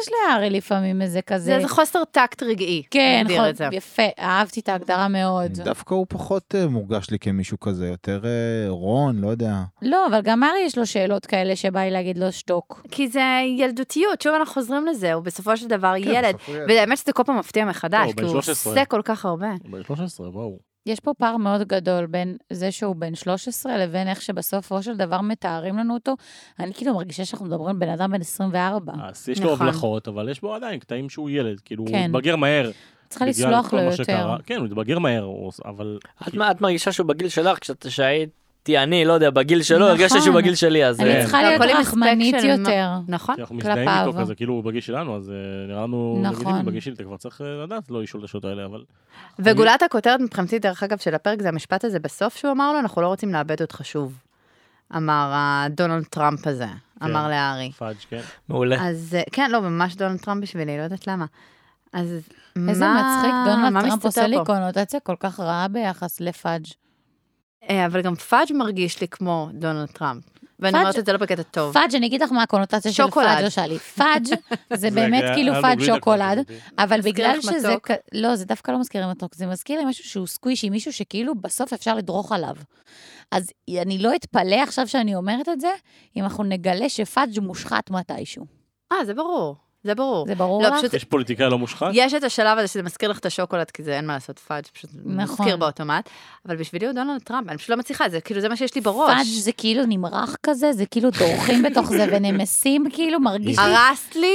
B: יש להארי לפעמים איזה
C: זה
B: כזה.
C: איזה חוסר טקט רגעי.
B: כן,
C: נגדיר
B: נכון,
C: את זה.
B: יפה, אהבתי את ההגדרה מאוד.
E: דווקא הוא פחות אה, מורגש לי כמישהו כזה, יותר אה, רון, לא יודע.
B: לא, אבל גם הארי יש לו שאלות כאלה שבא לי להגיד לו שתוק.
C: כי זה ילדותיות, שוב אנחנו חוזרים לזה, הוא בסופו של דבר
E: כן,
C: ילד.
E: בסוף הוא ילד.
C: והאמת שזה כל פעם מפתיע מחדש,
A: לא,
C: כי
A: בן
C: הוא
A: 13.
C: עושה כל כך הרבה.
A: הוא בן 13, וואו.
B: יש פה פער מאוד גדול בין זה שהוא בן 13 לבין איך שבסופו של דבר מתארים לנו אותו. אני כאילו מרגישה שאנחנו מדברים על בן אדם בן 24.
A: אה, אז יש לו
C: נכון.
A: הבלחות, אבל יש בו עדיין קטעים שהוא ילד, כאילו, הוא
B: כן.
A: התבגר מהר.
B: צריכה
A: בגלל
B: לסלוח
A: כל
B: לו
A: מה
B: יותר.
A: שקרה. כן, הוא התבגר מהר, הוא- אבל...
D: את- מה- את מרגישה שהוא בגיל שלך, כשאת- כשהייתי אני, לא יודע, בגיל שלו, הרגשתי
B: נכון.
D: שהוא בגיל שלי, אז...
B: אני
A: כן.
D: אה,
B: צריכה
C: זה
B: להיות
C: הכל עם הספק
B: רחמנית
C: של מה-
B: יותר.
C: נכון?
A: אנחנו מזדהים
B: כלפיו.
A: איתו כזה, כאילו הוא בגיל שלנו, אז אה, נראה לנו
B: נכון.
A: לגיטימי בגיל שלי, אתה כבר צריך אה, לדעת לא לשאול את השאלות האלה, אבל...
C: וגולת הכותרת מבחינתי, דרך אגב, של הפרק, זה המשפט הזה בסוף שהוא אמר לו, אנחנו לא רוצים לאבד אותך שוב. אמר הדונלד טראמפ הזה, אמר להארי.
A: פאג', כן.
D: מעולה.
C: אז אה, כן, לא, ממש דונלד טראמפ בשבילי, לא יודעת למה. אז מה...
B: איזה מצחיק, דונלד
C: מה
B: טראמפ
C: מסתתר
B: עושה לי
C: פה?
B: קונוטציה כל כך רעה ביחס לפאג'.
C: אה, אבל גם פאג' מרגיש לי כמו דונלד טראמפ. ואני
B: פאג'-
C: אומרת את זה לא בקטע טוב.
B: פאג', אני אגיד לך מה הקונוטציה של
C: שוקולד.
B: פאג' שלי. פאג' זה באמת
A: היה-
B: כאילו
A: היה לו
B: פאג'
A: ברית
B: שוקולד,
A: הקודמת, כן.
B: אבל
C: מזכיר
B: בגלל
C: לך
B: שזה...
C: מתוק?
B: כ- לא, זה דווקא לא מזכיר לי מתוק, זה מזכיר לי משהו שהוא סקווישי, מישהו שכאילו בסוף אפשר לדרוך עליו. אז אני לא אתפלא עכשיו שאני אומרת את זה, אם אנחנו נגלה שפאג' מושחת מתישהו.
C: אה, זה ברור. זה ברור.
B: זה ברור
C: לא,
B: לך?
C: פשוט
A: יש פוליטיקאי לא מושחת?
C: יש את השלב הזה שזה מזכיר לך את השוקולד, כי זה אין מה לעשות פאג', פשוט
B: נכון.
C: מזכיר באוטומט. אבל בשבילי הוא דונלד טראמפ, אני פשוט לא מצליחה, זה כאילו זה מה שיש לי בראש.
B: פאג' זה כאילו נמרח כזה, זה כאילו דורכים בתוך זה ונמסים, כאילו מרגיש לי...
C: הרסת לי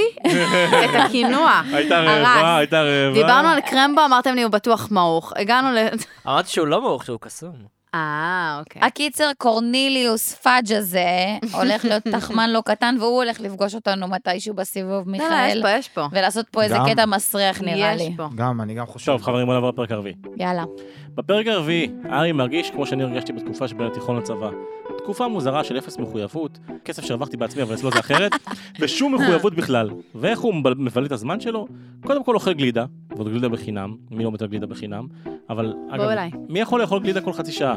C: את הקינוח.
A: הייתה
C: הרס.
A: רעבה, הייתה רעבה.
C: דיברנו על קרמבו, אמרתם לי, הוא בטוח מעוך. הגענו ל...
D: אמרתי שהוא לא מרוך, שהוא קסום.
C: אה, אוקיי.
B: הקיצר, קורניליוס פאג' הזה הולך להיות תחמן לא קטן, והוא הולך לפגוש אותנו מתישהו בסיבוב,
C: לא, לא, יש
B: מיכאל,
C: פה, יש פה.
B: ולעשות פה איזה
E: גם.
B: קטע מסריח נראה
C: יש
B: לי.
C: פה.
E: גם, אני גם חושב.
A: טוב, חברים, בוא נעבור לפרק הרביעי.
B: יאללה.
A: בפרק הרביעי, ארי מרגיש כמו שאני הרגשתי בתקופה שבין התיכון לצבא. תקופה מוזרה של אפס מחויבות, כסף שהרווחתי בעצמי אבל אצלו זה אחרת, ושום מחויבות בכלל. ואיך הוא מבל- מבלה את הזמן שלו? קודם כל אוכל גלידה, ועוד גלידה בחינם, מי לא מתאר גלידה בחינם? אבל
C: בואו
A: אגב,
C: אליי.
A: מי יכול לאכול גלידה כל חצי שעה?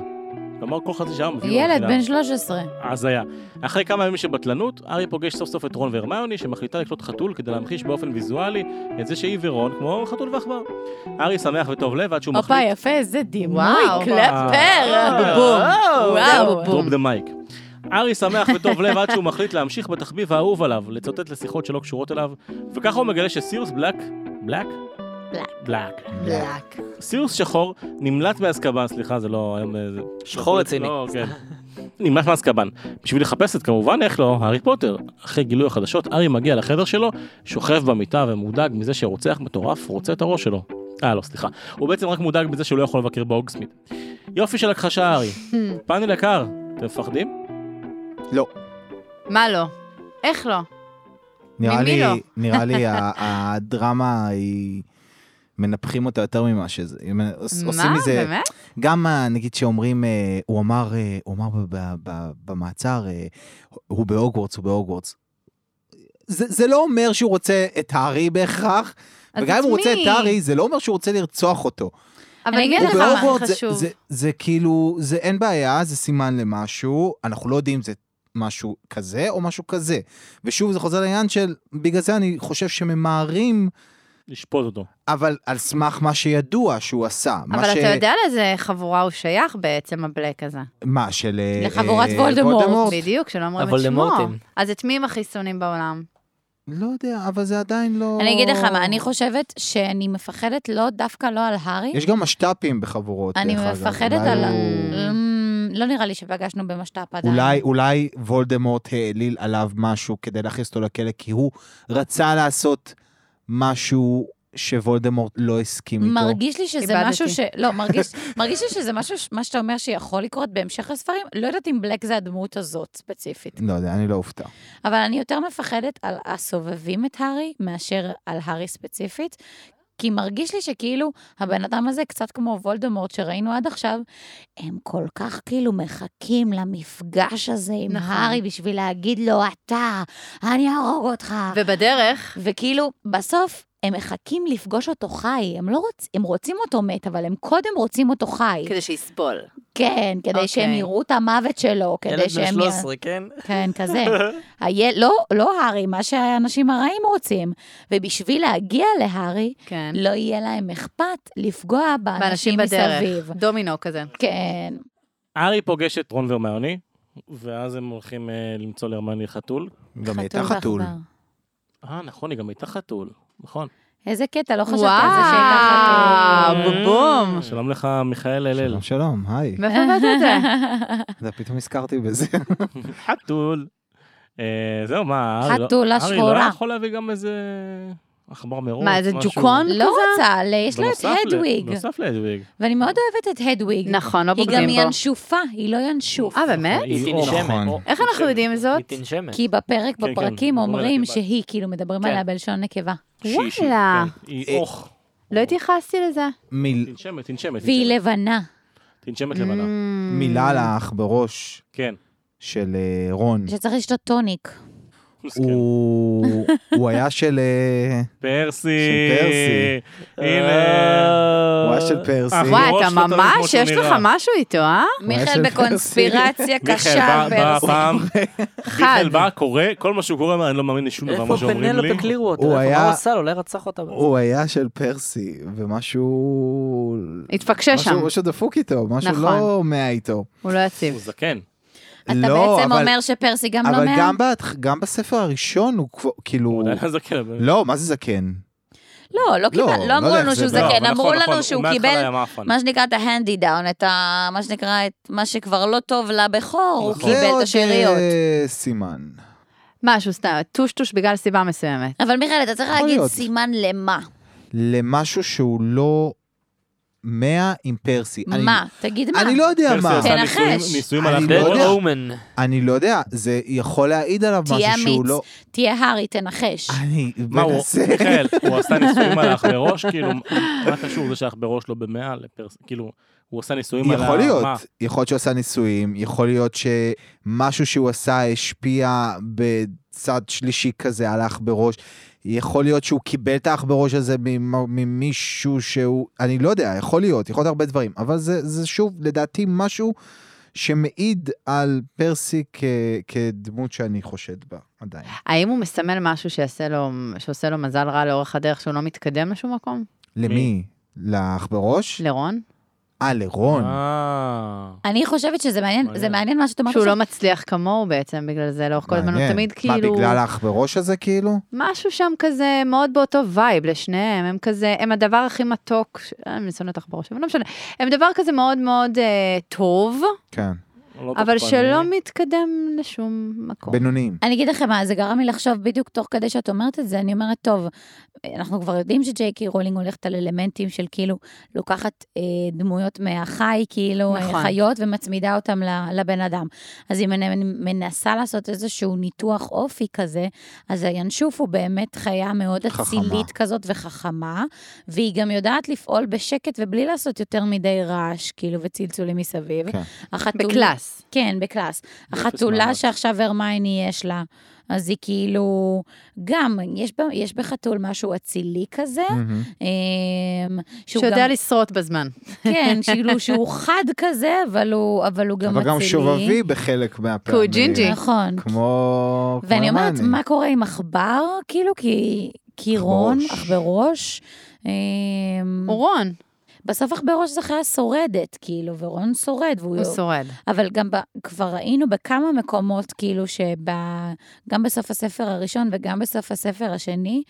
A: כלומר כל חצי שעה הוא מביא לו
B: ילד
A: גלידה.
B: בן 13.
A: הזיה. אחרי כמה ימים של בטלנות, ארי פוגש סוף סוף את רון והרמיוני, שמחליטה לקלוט חתול כדי להמחיש באופן ויזואלי את זה שהיא ורון כמו חתול ועכבר. ארי שמח וטוב לב עד שהוא מחליט...
B: הופה, יפה, איזה דימוי,
C: וואו.
B: קלפר.
A: בום.
B: וואו.
A: דרופ דה מייק. ארי שמח וטוב לב עד שהוא מחליט להמשיך בתחביב האהוב עליו, לצוטט לשיחות שלא קשורות אליו, וככה הוא מגלה שסיריוס בלק, בלק?
B: בלק.
A: בלק.
E: אה,
C: בלק.
A: סיריוס שחור נמלט מאזקבאן, סליחה, זה לא... היום, אה, זה-
D: שחור רציני.
A: לא, כן. נמלט מאזקבאן. בשביל לחפש את כמובן, איך לא, הארי פוטר. אחרי גילוי החדשות, ארי מגיע לחדר שלו, שוכב במיטה ומודאג מזה שרוצח מטורף רוצה את הראש שלו. אה, לא, סליחה. הוא בעצם רק מודאג מזה שהוא לא יכול לבקר בהוגסמית. יופי של הכחשה, ארי. פאנל יקר, אתם מפחדים?
E: לא.
C: מה לא? איך לא?
E: נראה
C: ממי
E: לי,
C: לא?
E: נראה לי ה- הדרמה היא... מנפחים אותה יותר ממה שזה, הם עוש- עושים
C: מה?
E: מזה,
C: באמת?
E: גם אה, נגיד שאומרים, אה, הוא אמר, אה, הוא אמר ב- ב- ב- במעצר, אה, הוא בהוגוורטס, הוא בהוגוורטס. זה, זה לא אומר שהוא רוצה את הארי בהכרח,
C: אז
E: וגם אם הוא
C: את
E: רוצה את
C: מי?
E: הארי, זה לא אומר שהוא רוצה לרצוח אותו.
C: אבל
B: אני
C: אני אגיד
B: אגיד
E: הוא
C: לך מה
E: בהוגוורטס,
C: הכי
E: זה-
C: חשוב.
E: זה- זה כאילו, זה אין בעיה, זה סימן למשהו, אנחנו לא יודעים אם זה משהו כזה או משהו כזה. ושוב, זה חוזר לעניין של, בגלל זה אני חושב שממהרים,
A: לשפוט אותו.
E: אבל על סמך מה שידוע שהוא עשה. מה
C: אבל
E: ש...
C: אתה יודע לאיזה חבורה הוא שייך בעצם, הבלק הזה.
E: מה, של... אה,
B: לחבורת
E: אה,
B: וולדמורט.
C: בדיוק, שלא אומרים
D: אבל
C: את שמו.
D: למורטן.
C: אז את מי הם הכי שונאים בעולם?
E: לא יודע, אבל זה עדיין לא...
B: אני אגיד לך מה, אני חושבת שאני מפחדת לא, דווקא לא על הארי.
E: יש גם משת"פים בחבורות.
B: אני
E: דרך אגב.
B: מפחדת
E: אולי
B: על-
E: הוא-
B: אמ, לא נראה לי שפגשנו במשת"פ עדיין.
E: אולי, אולי וולדמורט העליל עליו משהו כדי להכניס אותו לכלא, כי הוא רצה לעשות משהו שוולדמורט לא הסכים איתו.
B: מרגיש לי שזה
C: איבדתי.
B: משהו ש... לא, מרגיש, מרגיש לי שזה משהו, ש- מה שאתה אומר שיכול לקרות בהמשך הספרים. לא יודעת אם בלק זה הדמות הזאת ספציפית.
E: לא יודע, אני לא אופתע.
B: אבל אני יותר מפחדת על הסובבים את הארי מאשר על הארי ספציפית. כי מרגיש לי שכאילו הבן אדם הזה, קצת כמו וולדמורט שראינו עד עכשיו, הם כל כך כאילו מחכים למפגש הזה עם
C: נכון.
B: הארי בשביל להגיד לו, אתה, אני אהרוג אותך.
C: ובדרך,
B: וכאילו, בסוף הם מחכים לפגוש אותו חי, הם לא רוצ... הם רוצים אותו מת, אבל הם קודם רוצים אותו חי.
C: כדי שיסבול.
B: כן, כדי
C: אוקיי.
B: שהם יראו את המוות שלו,
D: ילד
B: כדי שהם...
D: בן
B: י-
D: 13, כן?
B: כן, כזה. היל... לא, לא הארי, מה שהאנשים הרעים רוצים. ובשביל להגיע להארי,
C: כן.
B: לא יהיה להם אכפת לפגוע באנשים
C: באנשים בדרך.
B: מסביב.
C: דומינו כזה.
B: כן.
A: ארי פוגש את רון והרמיוני, ואז הם הולכים אה, למצוא להרמיוני חתול.
E: גם היא הייתה חתול.
B: ועכבר.
A: אה, נכון, היא גם הייתה חתול, נכון.
B: איזה קטע, לא חשבתי על זה אה, שהייתה חתול.
C: וואו, בום.
A: שלום לך, מיכאל הלל.
E: שלום, שלום, היי.
C: מאיפה הבאת את זה?
E: זה פתאום הזכרתי בזה.
A: חתול. אה, זהו, מה, ארי לא...
B: חתולה
A: ארי לא
B: שחורה.
A: יכול להביא גם איזה עכבר מרוב,
C: מה, איזה
A: משהו.
C: ג'וקון?
B: לא רוצה, ל- יש לה
A: בנוסף
B: את
A: ל-
B: הדוויג.
A: בנוסף להדוויג.
B: ואני מאוד אוהבת את הדוויג.
C: נכון, לא
B: היא גם
C: בוגדים בו.
B: ינשופה, היא לא ינשוף.
C: אה, באמת?
A: היא
D: היא
A: אור,
E: נכון.
D: תנשמת. אור,
C: איך אנחנו
D: תנשמת.
C: יודעים
D: היא
C: זאת?
D: תנשמת.
B: כי בפרק,
A: כן,
B: בפרקים
A: כן,
B: אומרים
A: אומרת,
B: שהיא, כאילו, מדברים
D: כן.
B: עליה בלשון נקבה.
A: שהיא- שהיא-
C: וואלה.
A: כן, היא
E: אה,
A: אוך.
C: לא התייחסתי לזה.
E: מיל-
A: תנשמת, תנשמת.
B: והיא לבנה.
A: תנשמת לבנה.
C: Mm.
E: מילה לאח בראש
A: כן.
E: של אה, רון.
B: שצריך לשתות טוניק.
A: מסכן.
E: הוא הוא היה של... אה,
A: פרסי.
E: של פרסי.
A: הנה.
E: הוא היה של פרסי.
A: וואי,
C: וואי, אתה
A: ראש לא תמיד כמו
C: ממש,
A: שהוא
C: יש לך
A: נראה.
C: משהו איתו, אה?
B: מיכאל
E: של
B: בקונספירציה
A: מיכאל בא-
B: קשה.
A: בא
B: ורס-
A: פעם,
C: חד.
A: מיכאל בא, קורא, כל מה שהוא קורא, אמר, אני לא מאמין לשום דבר
D: איפה
A: מה שאומרים לי.
D: פנלופ הקלירו אותו?
E: הוא
D: איפה
E: היה-
D: מה הוא עשה לו? אולי רצח אותה.
E: הוא היה של פרסי, ומשהו...
C: התפקשש שם,
E: משהו, משהו דפוק איתו, משהו
C: נכון.
E: לא מאה איתו.
C: הוא לא יציב.
A: הוא זקן.
B: אתה
E: לא,
B: בעצם
E: אבל-
B: אומר שפרסי גם לא
E: אבל
B: מה...
E: גם, בהתח- גם בספר הראשון הוא כבר, כאילו...
A: הוא עדיין לא זקן, אבל-
E: לא, מה זה זקן?
B: לא, לא קיבל- לא
E: לא
B: אמרו
E: יודע,
B: לנו
E: זה
B: שהוא
E: לא,
A: אבל
B: זקן,
A: נכון,
B: אמרו
A: נכון,
B: לנו
A: הוא
B: שהוא
A: מההתחלה
B: קיבל
A: היה מאפן.
B: מה שנקרא את ההנדי דאון, את ה... מה שנקרא, את מה שכבר לא טוב לבכור, הוא
A: נכון.
E: זה
B: קיבל את
E: עוד,
B: השאריות.
E: אה, סימן.
C: משהו סתם, טושטוש בגלל סיבה מסוימת.
B: אבל מיכאל, אתה צריך
E: יכול
B: להגיד
E: להיות.
B: סימן למה.
E: למשהו שהוא לא 100 עם פרסי. אני-
B: מה? תגיד מה.
E: אני לא יודע
A: פרסי
E: מה.
A: עשה
B: תנחש.
A: כן, ניסויים- ניסויים על
E: אני
A: אף
E: לא
A: אחד.
E: יודע.
D: Dead Omen.
E: אני לא יודע, זה יכול להעיד עליו
B: תהיה
E: משהו שהוא
B: אמיץ.
E: לא... אה.
B: תהיה הארי, תנחש.
E: אני
A: מה הוא, כן,
E: מנסה.
A: מיכאל, הוא עשה ניסויים על האח בראש, כאילו, מה קשור זה שהאח בראש לא במאה, לפרס- כאילו, הוא עשה ניסויים על ה...
E: יכול להיות,
A: מה?
E: יכול להיות שהוא עשה ניסויים, יכול להיות שמשהו שהוא עשה השפיע בצד שלישי כזה על האח בראש, יכול להיות שהוא קיבל את האח בראש הזה ממ- ממישהו שהוא, אני לא יודע, יכול להיות, יכול להיות הרבה דברים, אבל זה, זה שוב, לדעתי, משהו שמעיד על פרסי כ, כדמות שאני חושד בה, עדיין.
C: האם הוא מסמל משהו שיעשה לו, שעושה לו מזל רע לאורך הדרך שהוא לא מתקדם לשום מקום?
E: למי? לאח בראש?
C: לרון?
E: אה, לרון.
A: אה,
B: אני חושבת שזה מעניין, זה
A: מעניין.
B: מעניין מה שאת אומרת.
C: שהוא
B: עכשיו.
C: לא מצליח כמוהו בעצם בגלל זה לאורך כל הזמן, הוא
E: מעניין.
C: תמיד כאילו...
E: מה, בגלל האח בראש הזה כאילו?
C: משהו שם כזה מאוד באותו וייב לשניהם, הם כזה, הם הדבר הכי מתוק, ש- אה, אני שונאת אותך בראש, אבל לא משנה, הם דבר כזה מאוד מאוד אה, טוב,
E: כן,
A: לא תוקפני.
C: אבל שלא מתקדם לשום מקום.
E: בינוניים.
B: אני אגיד לכם מה, זה גרם לי לחשוב בדיוק תוך כדי שאת אומרת את זה, אני אומרת, טוב, אנחנו כבר יודעים שג'יי קי רולינג הולכת על אלמנטים של כאילו, לוקחת אה, דמויות מהחי, כאילו, נכון.
C: נכון.
B: חיות, ומצמידה אותם ל- לבן אדם. אז אם אני מנסה לעשות איזשהו ניתוח אופי כזה, אז הינשוף הוא באמת חיה מאוד
E: חכמה.
B: אצילית כזאת וחכמה, והיא גם יודעת לפעול בשקט ובלי לעשות יותר מדי רעש, כאילו, וצלצולים מסביב.
E: כן.
B: החתול-
C: בקלאס.
B: כן, בקלאס.
A: באפס
B: החתולה
A: מאמץ.
B: שעכשיו הרמייני יש לה, אז היא כאילו, גם, יש, בה, יש בחתול משהו אצילי כזה,
E: מהמם.
B: אמ, שהוא
C: שיודע
B: גם,
C: לשרוט בזמן.
B: כן, כאילו שהוא חד כזה, אבל הוא, אבל הוא גם
E: אבל
B: אצילי.
E: גם שובבי בחלק מהפעמים.
C: כי הוא ג'ינג'י.
B: נכון.
E: כמו...
B: ואני
E: כמו
B: אומרת,
E: ימני.
B: מה קורה עם עכבר, כאילו, כי... כי רון,
E: בראש.
B: עכברוש, אמ,
C: הוא רון,
B: בסוף עכברוש זה חיה שורדת, כאילו, ורון שורד, והוא
C: הוא שורד.
B: אבל גם ב, כבר ראינו בכמה מקומות, כאילו, שגם בסוף הספר הראשון וגם בסוף הספר השני,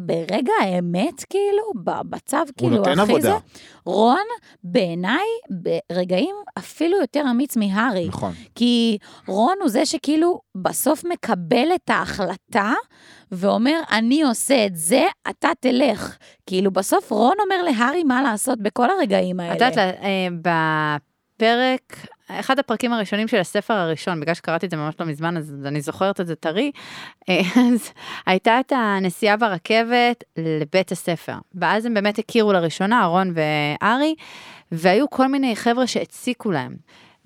B: ברגע האמת, כאילו, ב- בצו,
E: הוא
B: כאילו,
E: נותן
B: הכי זה,
E: עבודה.
B: רון, בעיניי, ברגעים אפילו יותר אמיץ מהארי.
E: נכון.
B: כי רון הוא זה שכאילו בסוף מקבל את ההחלטה ואומר, אני עושה את זה, אתה תלך. כאילו, בסוף רון אומר להארי מה לעשות בכל הרגעים האלה.
C: את יודעת, אה, בפרק, אחד הפרקים הראשונים של הספר הראשון, בגלל שקראתי את זה ממש לא מזמן, אז אני זוכרת את זה טרי, אה, אז הייתה את הנסיעה ברכבת לבית הספר, ואז הם באמת הכירו לראשונה, אהרון וארי, והיו כל מיני חבר'ה שהציקו להם.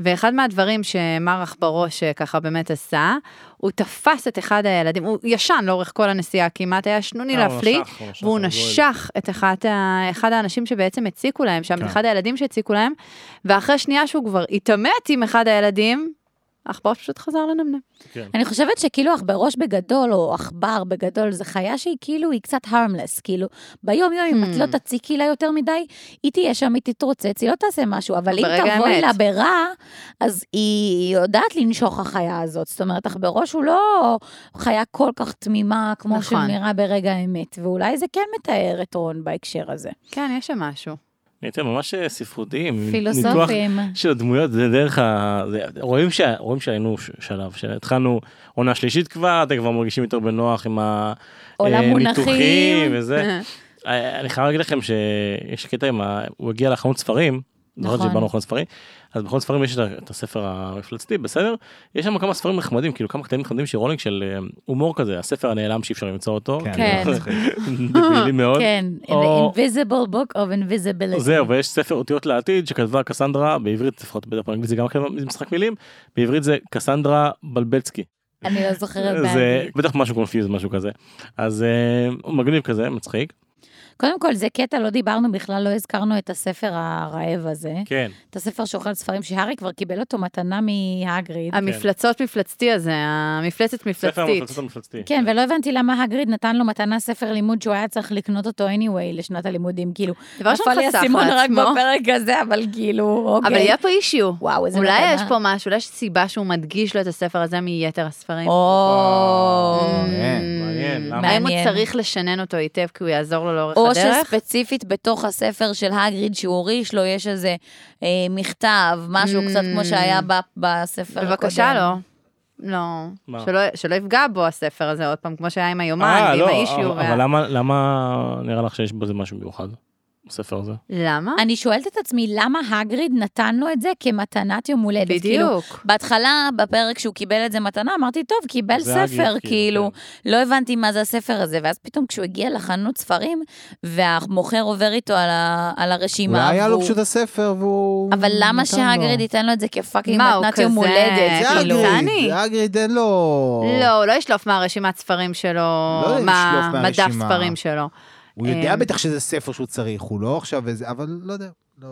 C: ואחד מהדברים שמר עכברוש אה, ככה באמת עשה, הוא תפס את אחד הילדים, הוא ישן לאורך כל הנסיעה כמעט, היה שנוני
A: אה, הוא
C: להפליא,
A: נשך, הוא נשך,
C: והוא
A: אבל
C: נשך את אחת ה... אחד האנשים שבעצם הציקו להם שם, את
A: כן.
C: אחד הילדים שהציקו להם, ואחרי שנייה שהוא כבר התעמת עם אחד הילדים, עכבר פשוט חזר לנמנם.
A: כן.
B: אני חושבת שכאילו עכברוש בגדול, או עכבר בגדול, זו חיה שהיא כאילו, היא קצת harmless, כאילו, ביום יום, אם את לא
C: Hmm.
B: תציקי לה יותר מדי, היא תהיה שם, היא תתרוצץ, היא לא תעשה משהו, אבל אם
C: ברגע
B: תבואי
C: האמת.
B: לה ברע, אז היא יודעת לנשוך החיה הזאת. זאת אומרת, עכברוש הוא לא חיה כל כך תמימה, כמו
C: נכון.
B: שנראה ברגע האמת, ואולי זה כן מתאר את רון בהקשר הזה.
C: כן, יש שם משהו.
A: נהייתם ממש אה, ספרותיים. ניתוח
B: פילוסופים.
A: של הדמויות זה דרך ה... זה... רואים, ש... רואים שהיינו ש... שלב, שהתחלנו עונה שלישית כבר, אתם כבר מרגישים יותר בנוח עם
B: עולם
A: הניתוחים
B: מונחים.
A: וזה. אה, אני חייב להגיד לכם שיש קטע עם ה... הוא הגיע לחנות ספרים. נכון.
B: נכון.
A: שבאנו לחנות ספרים, אז בחנות ספרים יש את ה- את הספר המפלצתי, בסדר? יש שם כמה ספרים נחמדים, כאילו כמה קטעים נחמדים של רולינג של אה, הומור כזה, הספר הנעלם שאי אפשר למצוא אותו.
B: כן.
A: דבילי מאוד.
B: כן,
A: או-
B: The Invisible Book of Invisibility.
A: זהו, ויש ספר אותיות לעתיד שכתבה קסנדרה, בעברית לפחות, בטח באנגלית זה גם כן משחק מילים, בעברית זה קסנדרה בלבצקי.
B: אני לא זוכרת
A: זה
B: באנגלית.
A: בטח משהו קונפיוז, משהו כזה. אז אה, מגניב כזה, מצחיק.
B: קודם כל, זה קטע, לא דיברנו בכלל, לא הזכרנו את הספר הרעב הזה.
A: כן,
B: את הספר שאוכל ספרים שהארי כבר קיבל אותו מתנה מהגריד.
C: אמ- המפלצות מפלצתי הזה, המפלצת
A: כן. ספר
C: מפלצתית.
A: המפלצות המפלצתי.
B: כן, ולא הבנתי למה הגריד נתן לו מתנה ספר לימוד שהוא היה צריך לקנות אותו anyway לשנת הלימודים, כאילו.
C: דבר ראשון
B: נפל לי
C: חסך
B: האסימון רק
C: לעצמו.
B: בפרק הזה, אבל כאילו, אוקיי.
C: אבל יהיה פה אישיו.
B: וואו, איזה
C: אולי
B: מתנה.
C: יש פה משהו, אולי יש סיבה שהוא מדגיש לו את הספר הזה מיתר הספרים.
B: או...
E: מעניין,
A: מעניין, למה?
C: האם הוא
B: מעניין.
C: צריך לשנן אותו היטב כי הוא יעזור לו לאורך
B: או
C: הדרך?
B: שספציפית בתוך הספר של הגריד שהוא הוריש לו, יש איזה אה, מכתב, משהו
C: Mm.
B: קצת כמו שהיה ב- בספר הקודם.
C: בבקשה לא. לא.
A: מה?
C: שלא- שלא יפגע בו הספר הזה עוד פעם, כמו שהיה עם היומן
A: אה,
C: ועם
A: לא,
C: האישיו.
A: אבל-
C: וה-
A: אבל למה- למה נראה לך שיש בזה משהו מיוחד? בספר הזה.
C: למה?
B: אני שואלת את עצמי, למה הגריד נתן לו את זה כמתנת יום הולדת? כאילו,
C: בדיוק.
B: בהתחלה, בפרק שהוא קיבל את זה מתנה, אמרתי, טוב, קיבל
A: זה היה
B: ספר,
A: גיל,
B: כאילו,
A: כן.
B: לא הבנתי מה זה הספר הזה, ואז פתאום כשהוא הגיע לחנות ספרים, והמוכר עובר איתו על, ה, על הרשימה,
E: אולי היה לו
B: והוא-
E: פשוט הספר והוא...
B: אבל למה
E: נתן לו.
B: שהגריד ייתן לו את זה כפאקינג
C: מה, הוא
B: מתנת יום
C: כזה-
B: הולדת,
E: זה
B: כאילו?
E: הגריד,
C: דני.
E: זה הגריד אין לו...
C: לא, הוא לא ישלוף מהרשימת ספרים שלו,
E: לא
C: מה-
E: ישלוף
C: מדף
E: מהרשימה.
C: ספרים שלו.
E: הוא יודע
B: אה.
C: אמ,
E: בטח שזה ספר שהוא צריך, הוא לא עכשיו איזה... אבל לא יודע. לא...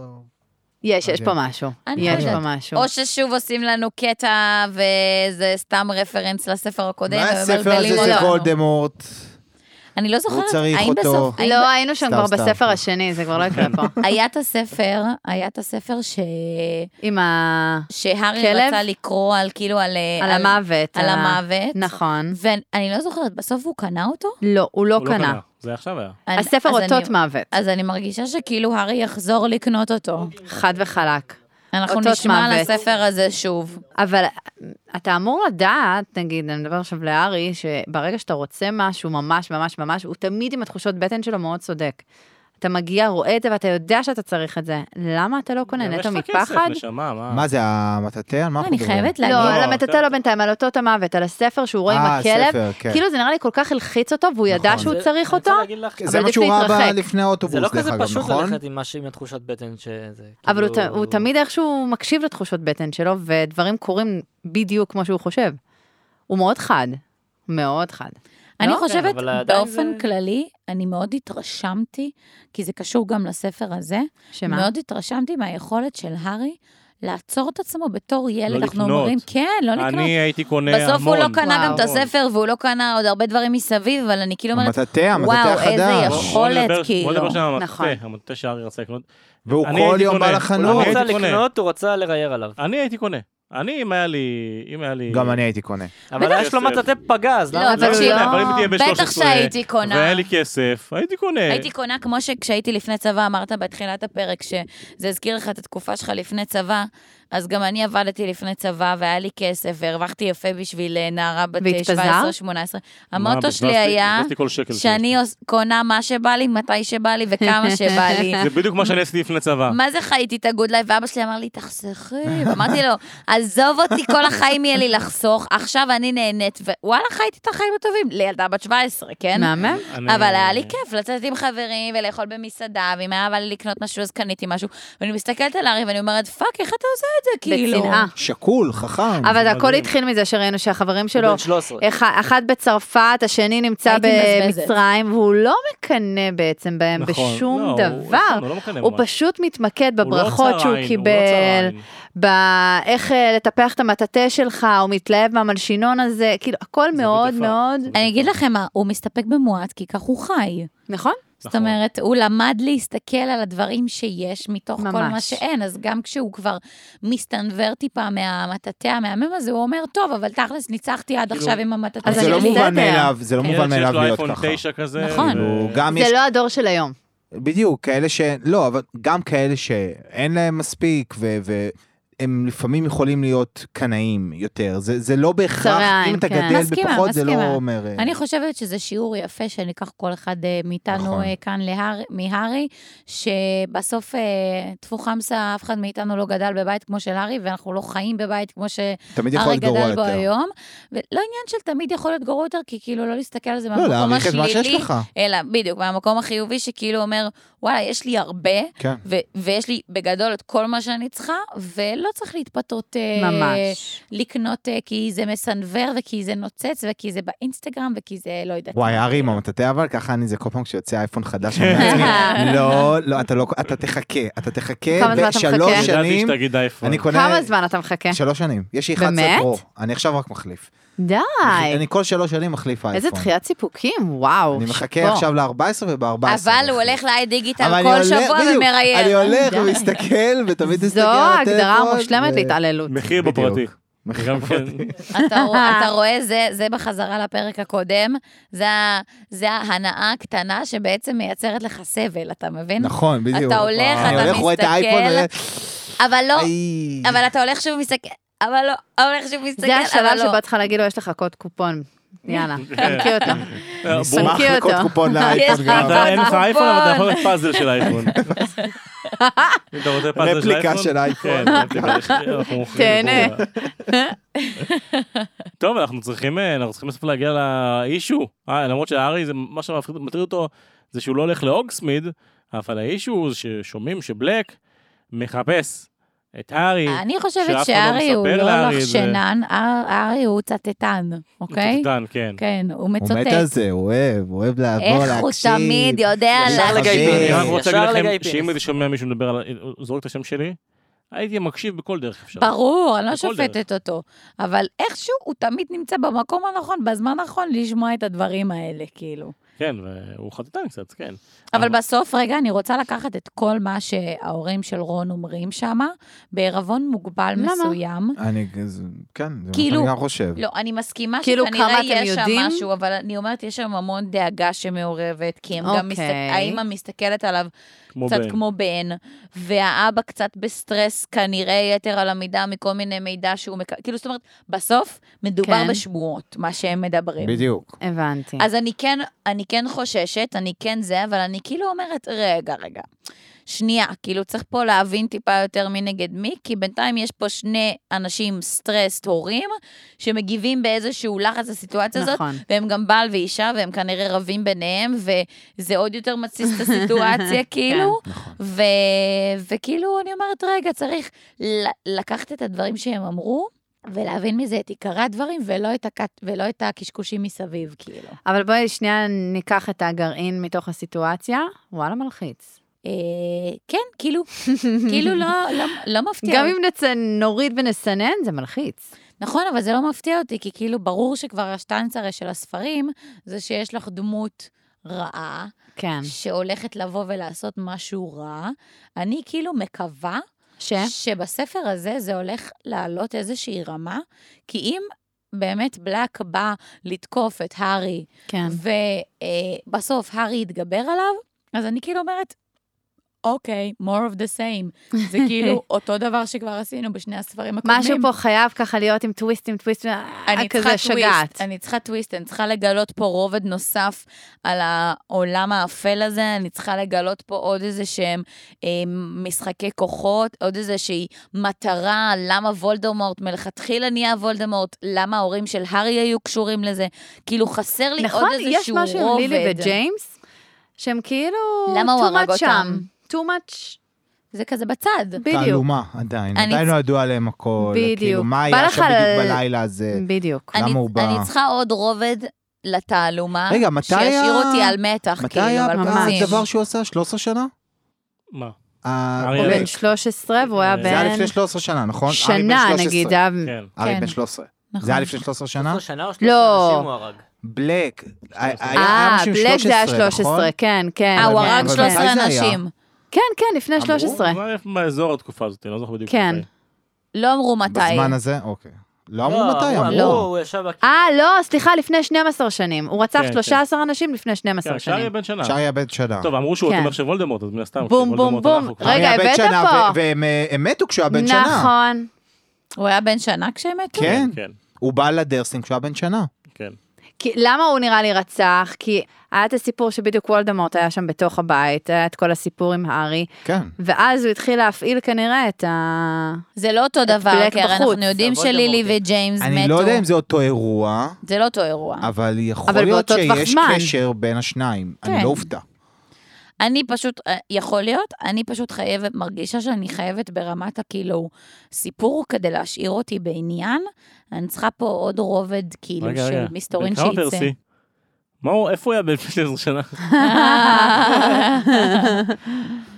C: יש, יש
E: אוקיי.
C: פה משהו.
B: אני
C: יש
B: חושבת.
C: פה משהו.
B: או ששוב עושים לנו קטע, וזה סתם רפרנס לספר הקודם,
E: מה הספר הזה
B: ומבלבלים
E: זה
B: אותנו.
E: וולדמורט?
B: אני לא זוכרת,
E: צריך
B: האם
E: אותו.
B: בסוף... האם
C: לא, היינו שם
E: סתם,
C: כבר
E: סתם.
C: בספר השני, זה כבר לא יקרה פה.
B: היה את הספר, היה את הספר ש...
C: עם ה...
B: שהארי
C: כלב?
B: רצה לקרוא על כאילו על... אה,
C: על המוות.
B: על
C: ה-
B: המוות.
C: נכון.
B: ואני לא זוכרת, בסוף הוא קנה אותו?
C: לא, הוא לא
A: הוא לא
C: קנה.
A: קנה. זה עכשיו היה.
B: אני-
C: הספר
B: אז
C: אותות
B: אני-
C: מוות.
B: אז אני מרגישה שכאילו הארי יחזור לקנות אותו.
C: חד וחלק.
B: אנחנו
C: אותות
B: נשמע על
C: מוות.
B: הספר הזה שוב.
C: אבל אה, אתה אמור לדעת, נגיד, אני מדבר עכשיו לארי, שברגע שאתה רוצה משהו ממש ממש ממש, הוא תמיד עם התחושות בטן שלו מאוד צודק. אתה מגיע, רואה את זה, ואתה יודע שאתה צריך את זה. למה אתה לא קונה?
A: אבל יש
C: נטו
A: לך
C: מפחד?
A: כסף, נשמה, מה?
E: מה זה, המטאטא? על מה אנחנו
B: אני
E: מדברים?
B: חייבת
C: לא,
B: להגיד,
C: על
A: לא,
C: המטאטא לא בינתיים, על אותות המוות, על הספר שהוא רואה עם
E: אה,
C: הכלב.
E: הספר, כן.
C: כאילו זה נראה לי כל כך הלחיץ אותו, והוא ידע
E: נכון.
C: לא שהוא
D: זה-
C: צריך
D: אני
C: אותו,
D: רוצה להגיד לך,
C: אבל
E: זה מה
C: עדיף
E: שהוא ראה
C: להתרחק.
E: ב- לפני האוטובוס,
D: זה לא
E: דרך
D: כזה
E: אגב,
D: פשוט
E: נכון?
D: ללכת עם משהו עם התחושת בטן שזה...
C: אבל הוא ת-
D: כאילו-
C: הוא תמיד איכשהו מקשיב לתחושות בטן שלו, ודברים קורים בדיוק כמו שהוא חושב. הוא מאוד חד. מאוד חד.
B: אני
C: לא?
B: חושבת
D: אבל עדיין
B: באופן
D: זה-
B: כללי, אני מאוד התרשמתי, כי זה קשור גם לספר הזה,
C: שמה?
B: מאוד התרשמתי מהיכולת של הארי לעצור את עצמו בתור ילד.
A: לא
B: אנחנו
A: לקנות.
B: אומרים, כן, לא לקנות.
A: אני הייתי קונה המון.
B: בסוף הוא לא קנה גם
C: וואו.
B: את הספר, והוא לא קנה עוד הרבה דברים מסביב, אבל אני כאילו אומרת,
E: המטאטא, המטאטא
B: וואו,
E: החדש.
B: איזה
A: אה, בוא-
B: יכול- אה, יכולת,
A: בוא נדבר-
B: כאילו.
A: בוא נדבר שם על
C: נכון.
A: המטה, המטה שהארי רצה לקנות.
E: והוא
A: אני
E: כל
A: הייתי
E: יום בא
A: קונה.
D: הוא לא
E: לחנות.
A: הייתי
D: רצה
A: קונה.
D: לקנות, הוא רצה לראייר עליו.
A: אני הייתי קונה. אני, אם היה לי... אם היה לי...
E: גם אני הייתי קונה.
D: אבל יש לו
A: כסף.
D: מטאטא פגז,
B: לא,
D: למה?
B: אבל
C: הוא לא-
A: אבל אם תהיה ב-
B: בטח
A: 13,
B: שהייתי קונה.
A: והיה לי כסף, הייתי קונה.
B: הייתי קונה, כמו שכשהייתי לפני צבא, אמרת בתחילת הפרק, שזה הזכיר לך את התקופה שלך לפני צבא, אז גם אני עבדתי לפני צבא, והיה לי כסף, והרווחתי יפה בשביל אה, נערה בת אה,
C: והתפזרת?
B: 17-18.
A: מה,
B: המוטו
A: בזבזתי-
B: שלי היה
A: בזבזתי כל שקל שיש.
B: שאני עוש- קונה מה שבא לי, מתי שבא לי וכמה שבא לי.
A: זה בדיוק מה שאני עשיתי לפני
C: אה.
A: צבא.
B: מה זה חייתי את הגוד לייב? ואבא שלי אמר לי, תחסכי. ואמרתי לו, עזוב אותי, כל החיים יהיה לי לחסוך, עכשיו אני נהנית, ווואלה, חייתי את החיים הטובים, לילדה בת 17, כן?
C: מהמם?
A: אני-
B: אבל היה לי כיף לצאת עם חברים ולאכול במסעדה, ואם היה בא לי לקנות משהו, אז קניתי משהו. ואני מסתכלת על ארי ואני אומרת, פאק, איך אתה עושה את זה? כאילו...
C: בצנעה.
E: שקול, חכם.
C: אבל הכל
A: מדהים.
C: התחיל מזה שראינו שהחברים
D: הוא
C: שלו,
D: בן 13.
C: אחד אחד בצרפת, השני נמצא
B: הייתי מבזבזת.
C: במצרים, והוא לא מקנא בעצם בהם
A: נכון.
C: בשום
A: לא, הוא-
C: דבר.
A: הוא לא מקנא
C: הוא
A: ממש.
C: פשוט מתמקד
A: הוא לא
C: בברכות
A: צר
C: שהוא
A: עין, הוא לא צר
C: קיבל,
A: עין.
C: באיך אה, לטפח את המטאטא שלך, הוא מתלהב מהמלשינון הזה, כאילו, הכל
A: זה
C: מאוד
A: בדיוק
C: מאוד...
A: זה
B: אני אגיד לכם מה, הוא מסתפק במועט, כי כך הוא חי.
C: נכון.
B: זאת
A: נכון.
B: אומרת, הוא למד להסתכל על הדברים שיש מתוך כל מה
C: ממש.
B: שאין, אז גם כשהוא כבר מסתנוור טיפה מהמטאטא המהמם הזה, הוא אומר, טוב, אבל תכלס ניצחתי עד
A: כאילו,
B: עכשיו עם המטאטא
C: אז
E: זה
C: אני
E: לא
B: שלי.
E: מובן
C: בסדר.
E: מאליו, זה לא
B: כן.
E: מובן מאליו להיות
A: ילד שיש לו
E: ככה.
A: אייפון 9 כזה.
B: נכון.
A: ו-
E: הוא גם
C: זה
E: יש,
C: לא הדור של היום.
E: בדיוק, כאלה ש... לא, אבל גם כאלה שאין להם מספיק, ו- והם לפעמים יכולים להיות קנאים יותר. זה זה לא בהכרח,
C: צרי
E: אם
C: עין,
E: אתה
C: כן.
E: גדל
B: מסכימה,
E: בפחות, זה
B: מסכימה.
E: לא אומר... אה,
B: אני חושבת שזה שיעור יפה שניקח כל אחד אה, מאיתנו
E: נכון.
B: אה, כאן להר- מהארי, שבסוף אה, טפו חמסה, אף אחד מאיתנו לא גדל בבית כמו של הארי, ואנחנו לא חיים בבית כמו שהארי
E: תמיד יכול להיות גרוע
B: גדל בו
E: יותר.
B: היום. ולא עניין של תמיד יכול להיות גרוע יותר, כי כאילו לא להסתכל על זה
E: לא,
B: מהמקום
E: להעריך את מה שיש
B: השלילי,
E: לך.
B: אלא בדיוק, מהמקום החיובי שכאילו אומר, וואלה, יש לי הרבה,
E: כן.
B: ו- ויש לי בגדול את כל מה שאני צריכה, ולא צריך להתפתות... אה,
C: ממש.
B: לקנות אה, כי זה מסנוור, וכי זה נוצץ, וכי זה באינסטגרם, וכי זה לא יודעת.
E: וואי,
B: מה.
E: ארי, מטאטא אבל ככה אני זה כל פעם כשיוצא אייפון חדש, אני אומר לעצמי, לא, לא, אתה לא, אתה תחכה,
C: כמה זמן
E: אתה תחכה,
C: אתה
E: ושלוש
C: מחכה?
A: ידעתי
E: שנים,
A: שתגיד אייפון.
E: אני קונה,
C: כמה זמן אתה מחכה?
E: שלוש שנים, יש לי 11
C: באמת?
E: פרו, אני עכשיו רק מחליף,
C: די.
E: אני כל שלוש שנים מחליף אייפון,
C: איזה דחיית סיפוקים, וואו.
E: אני מחכה
C: שאפו.
E: עכשיו ל-14 וב-14,
B: אבל הוא הולך לאי דיגיטל כל שבוע
E: אני
B: ומראיין.
E: הולך
C: די.
E: ומסתכל ותמיד מסתכל
C: זו
E: על הטלפון,
C: ההגדרה
E: ו-
C: המושלמת להתעללות.
A: מחיר
E: בדיוק.
A: בפרטי.
E: מחיר
A: גם כן.
E: פרטי.
B: אתה רוא- אתה רואה, זה- זה בחזרה לפרק הקודם, זה ה- זה ההנאה הקטנה שבעצם מייצרת לך סבל, אתה מבין?
E: נכון, בדיוק.
B: אתה הולך,
E: אני
B: אתה
E: הולך, רואה את האייפון,
B: מסתכל, אבל לא,
E: איי.
A: אה,
B: אבל אתה הולך שוב מסתכל, אבל לא, הולך שוב מסתכל,
C: זה
B: אבל
C: השלב
B: לא. כן.
C: שבא צריכה להגיד לו, יש לך קוד קופון. יאללה, תנקי אותו.
A: אה,
E: אשמח
A: ברור.
C: מנקי
E: לקרוא
C: אותו.
E: קופון
B: יש לך
E: לאייפון גם.
A: אתה- אין לך
B: נכון.
A: אייפון, אבל אתה יכול להיות פאזל של אייפון. אם אתה רוצה פאזל של
E: רפליקה
A: אייפון.
E: של אייפון.
A: כן, רפליקה של- אנחנו מוכרים
C: תהנה.
A: לכולם. טוב, אנחנו צריכים, אה, אנחנו צריכים בסוף להגיע לאישו. אה, למרות שהארי, זה מה שמפחיד מטריד אותו, זה שהוא לא הולך לאוגסמיד, אבל האישו זה ששומעים שבלק מחפש את הארי.
B: אני
A: שאף אחד לא
B: חושבת שארי הוא
A: מספר
B: לא
A: לארי, זה-
B: לחשנן, אר- ארי הוא צטטן, אוקיי?
A: צטטן, כן.
B: כן, הוא
E: הוא מת על
B: מצוטט.
E: זה, הוא אוהב, הוא אוהב לעבור, להקשיב.
B: איך הוא תמיד יודע
E: ישר
D: ישר
E: לגיא
D: לגיא
E: חביב.
A: אני
B: אוקיי. אה,
E: פינס.
A: רק
D: פינס.
A: רוצה
D: ישר
A: להגיד
D: לגיא
A: לכם, שאם
D: פינס.
A: הייתי שומע מישהו מדבר על... זורק את השם שלי, הייתי מקשיב בכל דרך אפשר.
B: ברור, אני לא
A: בכל
B: שופטת אותו. אבל איכשהו הוא תמיד נמצא במקום הנכון, בזמן הנכון, לשמוע את הדברים האלה, כאילו.
A: כן, והוא חטטן קצת, כן.
B: אבל
A: אבל-
B: בסוף, רגע, אני רוצה לקחת את כל מה שההורים של רון אומרים שמה, בעירבון מוגבל
C: למה?
B: מסוים.
E: אני, זה- כן, זה מה
B: כאילו-
E: שאני גם חושב.
B: לא, אני מסכימה
C: כאילו,
B: שכנראה
C: כמה אתם
B: יש שם
C: יודעים?
B: משהו, אבל אני אומרת, יש שם המון דאגה שמעורבת, כי הם גם מסתכלים,
C: אוקיי.
B: האימא מסתכלת עליו
A: כמו
B: קצת
A: בן.
B: כמו בן, והאבא קצת בסטרס כנראה יתר על המידה מכל מיני מידע שהוא מקבל, כאילו זאת אומרת, בסוף מדובר
C: כן.
B: בשמועות, מה שהם מדברים.
E: בדיוק.
C: הבנתי.
B: אז אני כן, אני כן חוששת, אני כן זה, אבל אני כאילו אומרת, רגע, רגע, שנייה, כאילו צריך פה להבין טיפה יותר מי נגד מי, כי בינתיים יש פה שני אנשים סטרסט הורים, שמגיבים באיזשהו לחץ לסיטואציה הזאת,
C: נכון.
B: והם גם בעל ואישה, והם כנראה רבים ביניהם, וזה עוד יותר מתסיס את הסיטואציה, כאילו. ו... וכאילו, אני אומרת, רגע, צריך ל- לקחת את הדברים שהם אמרו, ולהבין מזה את עיקרי הדברים, ולא את, הק... ולא את הקשקושים מסביב, כאילו.
C: אבל בואי שנייה ניקח את הגרעין מתוך הסיטואציה. וואלה, מלחיץ.
B: אה, כן, כאילו, כאילו לא, לא, לא מפתיע.
C: גם
B: אותי.
C: אם נצ... נוריד ונסנן, זה מלחיץ.
B: נכון, אבל זה לא מפתיע אותי, כי כאילו, ברור שכבר השטנצרה של הספרים, זה שיש לך דמות רעה,
C: כן.
B: שהולכת לבוא ולעשות משהו רע. אני כאילו מקווה
C: ש?
B: שבספר הזה זה הולך לעלות איזושהי רמה, כי אם באמת בלק בא לתקוף את הארי,
C: כן.
B: ובסוף הארי יתגבר עליו, אז אני כאילו אומרת, אוקיי, more of the same. זה כאילו אותו דבר שכבר עשינו בשני הספרים הקודמים.
C: משהו פה חייב ככה להיות עם טוויסטים, טוויסטים,
B: אני צריכה
C: כזה
B: טוויסט,
C: שגעת.
B: אני צריכה טוויסט, אני צריכה לגלות פה רובד נוסף על העולם האפל הזה, אני צריכה לגלות פה עוד איזה שהם אה, משחקי כוחות, עוד איזושהי מטרה, למה וולדמורט מלכתחילה נהיה וולדמורט, למה ההורים של הארי היו קשורים לזה, כאילו חסר לי
C: נכון,
B: עוד
C: יש
B: איזשהו רובד.
C: משהו עם לילי וג'יימס, שהם כאילו...
B: למה הוא
C: too
B: הרג
C: much
B: אותם?
C: שם. too much,
B: זה כזה בצד.
C: בדיוק.
E: תעלומה, עדיין.
B: אני
E: עדיין
B: צ-
E: לא ידעו עליהם הכל.
C: בדיוק.
E: כאילו,
C: בא
E: מה היה
C: לך
E: שם
C: ל-
E: בדיוק בלילה הזה?
C: בדיוק.
E: למה
B: אני-
E: הוא בא?
B: אני צריכה עוד רובד לתעלומה,
E: רגע, מתי
B: שישאיר
E: ה-
B: אותי על מתח,
E: מתי
B: כאילו,
E: היה
B: על פרצים.
E: הדבר שהוא עשה? 13 שנה?
A: מה?
E: ה-
A: ארי
C: הוא
A: ילד.
C: בן 13 והוא היה
A: זה
C: בן...
E: זה היה לפני 13 שנה, נכון? ארי בן
C: שנה
E: 13.
C: נגיד, היה-
A: כן.
E: ארי
B: כן.
E: בן 13.
B: נכון.
E: זה היה לפני 13 שנה?
D: שלוש שנה או
C: לא.
D: שלוש אנשים הוא הרג?
E: בלק. היה היה
C: אה,
E: משהו עם
C: בלק זה היה
E: 13,
C: 13,
E: נכון?
C: כן, כן.
B: אה, הוא
E: אבל-
B: הרג
E: אבל
B: 13
E: מתי זה היה?
B: אנשים.
C: כן, כן, לפני
E: אמרו?
C: 13.
A: זה היה באזור התקופה הזאת, אני לא זוכר בדיוק.
C: כן.
A: מתי.
B: לא אמרו מתי.
E: בזמן הזה? אוקיי. לא אמרו מתי,
D: הוא-
E: אמרו.
D: הוא ישב בכ-
C: אה, לא, סליחה, לפני 12 שנים. הוא רצח
A: כן,
C: 13 אנשים לפני
A: כן,
C: 12
A: השאר יהיה
C: שנים.
A: בן שנה.
E: אפשר היה בן שנה.
A: טוב, אמרו שהוא
C: כן.
A: תומך של וולדמורט, אז מן הסתם.
C: בום,
A: כשוולדמורט
C: בום,
A: הלך,
C: בום.
A: הוא כבר-
E: הוא
C: רגע,
E: היה בן
C: הבאת
E: שנה,
C: פה.
E: ו- והם אה, הם מתו כשהוא היה בן שנה.
C: נכון.
B: הוא היה בן שנה כשהם מתו?
E: כן.
A: כן,
E: הוא בא לדרסינג כשהוא היה בן שנה.
A: כן.
C: כי למה הוא נראה לי רצח? כי היה את הסיפור שבדיוק וולדמורט היה שם בתוך הבית, היה את כל הסיפור עם הארי,
E: כן.
C: ואז הוא התחיל להפעיל כנראה את ה...
B: זה לא אותו דבר,
C: בלק
B: כי הרי
C: בחוץ,
B: אנחנו יודעים
D: אבל
B: שלילי
D: דמורטי.
B: וג'יימס
E: אני
B: מתו.
E: לא יודע אם זה אותו אירוע,
B: זה לא אותו אירוע.
E: אבל יכול
C: אבל
E: להיות
C: באותו טווח
E: שיש
C: זמן.
E: קשר בין השניים.
B: כן.
E: אני לא אופתע.
B: אני פשוט, אה, יכול להיות, אני פשוט חייבת, מרגישה שאני חייבת ברמת הכאילו סיפור כדי להשאיר אותי בעניין. אני צריכה פה עוד רובד כאילו
A: רגע,
B: של
A: רגע.
B: מסתורין
A: בן כמה
B: שייצא.
A: פרסי? מה הוא, איפה הוא היה בלפני 12 שנה?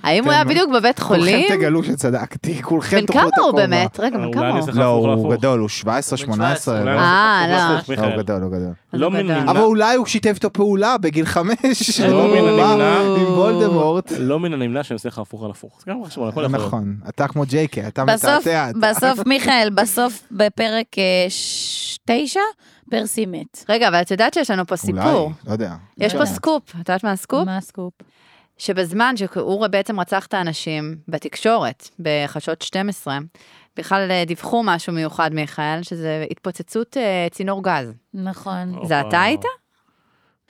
C: האם
E: כן,
C: הוא היה בדיוק בבית חולים?
E: כולכם תגלו שצדקתי, כולכם
C: בן
E: תאכלו
C: כמה
E: את
C: הוא
E: הכובע.
C: באמת? רגע, בן
A: אולי
C: כמה
A: אני
C: הוא?
A: אעשה לך
E: לא,
A: הפוך
E: הוא
A: להפוך.
E: גדול, הוא 17, 18.
D: אולי
E: לא,
A: אולי
E: לא,
C: אה,
A: אני אעשה
C: לא.
A: הפוך, מיכאל.
E: הוא גדול, הוא גדול.
C: אז
A: לא
C: הוא גדל.
A: מן
E: אבל אולי הוא שיתף איתו פעולה בגיל חמש.
A: לא מן
E: הוא בא
A: הנמנע.
E: עם וולדמורט.
A: לא מן הנמנע שאני אעשה לך הפוך על הפוך. זה גם חשוב, הכל יכול להיות.
E: נכון, אתה כמו ג'ייקי, אתה
B: בסוף,
E: מתעתע. אתה-
B: בסוף, מיכאל, בסוף בפרק אה, ש- תשע, פרסי מת.
C: רגע, אבל את יודעת שיש לנו פה סיפור.
E: אולי, לא יודע.
C: יש פה סקופ, את יודעת מה הסקופ?
B: מה הסקופ?
C: שבזמן שהוא בעצם רצח את האנשים בתקשורת, בחדשות 12, בכלל אה, דיווחו משהו מיוחד, מיכאל, שזה התפוצצות אה, צינור גז.
B: נכון.
A: אופה.
C: זה אתה היית?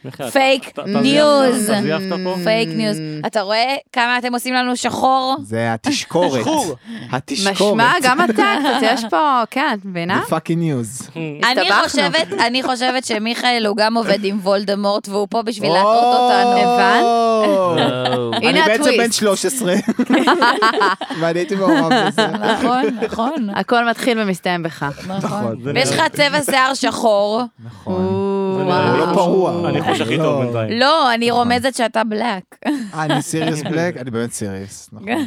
A: מיכאל, אוקיי, אתה-
B: פייק
A: אתה- אתה
B: ניוז.
A: זייפת- אתה זייפת פה?
B: פייק ניוז. אתה רואה כמה אתם עושים לנו שחור?
E: זה התשקורת.
D: שחור.
E: התשקורת.
C: משמע, גם אתה, קצת, יש פה, כן, את מבינה?
E: פאקינג ניוז.
B: אני
C: הסתבכנו.
B: חושבת, אני חושבת שמיכאל הוא גם עובד עם וולדמורט והוא פה בשביל להטעות אותנו.
C: הנה
E: אני בעצם
C: הטוויסט.
E: בן 13. ואני הייתי מעורב בזה.
B: נכון, נכון,
C: הכל מתחיל ומסתיים בך.
B: נכון.
A: זה
B: ויש לך צבע שיער שחור.
E: נכון.
A: זה
C: וואו.
E: הוא
A: נראה-
E: לא פרוע.
A: אני חושב הכי טוב
E: לא.
A: בינתיים.
B: לא, אני רומזת שאתה בלק.
E: אה, אני סיריוס בלק? אני באמת סיריוס, נכון.
B: כן.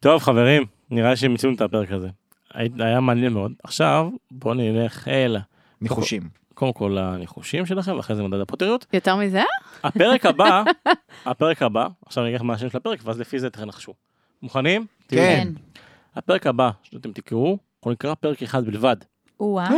A: טוב חברים, נראה שמיצינו את הפרק הזה. הי- היה מעניין מאוד. עכשיו בואו נלך אל
E: ניחושים.
A: קודם כל הניחושים שלכם ואחרי זה מדד הפוטריות.
C: יותר מזה?
A: הפרק הבא, הפרק הבא, עכשיו אני אגיד לך מה השם של הפרק ואז לפי זה תנחשו. מוכנים? תהיו.
E: כן.
A: הפרק הבא שאתם תקראו, הוא נקרא פרק אחד בלבד.
B: או-אה.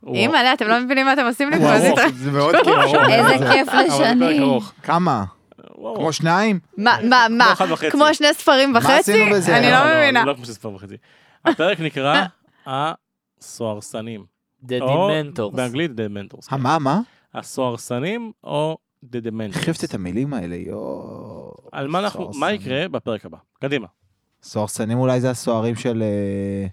A: הוא
C: אימא'לה, אתם לא מבינים מה אתם עושים לי
E: הוא
C: כבר. זה-
E: ארוך, זה מאוד כאילו.
B: איזה כיף
A: אבל זה פרק
B: לשני.
A: ארוך.
E: כמה?
A: הוא ארוך.
E: כמו שניים?
C: מה, מה, מה?
A: אחד וחצי.
C: כמו שני ספרים
E: מה
C: וחצי?
E: עשינו בזה?
C: אני לא מבינה.
A: לא כמו שספר וחצי. הפרק נקרא הסוהרסנים.
D: The
A: או
D: Dementors.
A: באנגלית The Dementors. כן.
E: אה, מה, מה?
A: הסוהרסנים או The Dementors.
E: חייבת את המילים האלה, יואו.
A: על מה אנחנו, מה
E: סוהרסנים.
A: יקרה בפרק הבא? קדימה.
E: סוהרסנים אולי זה הסוהרים של... אה,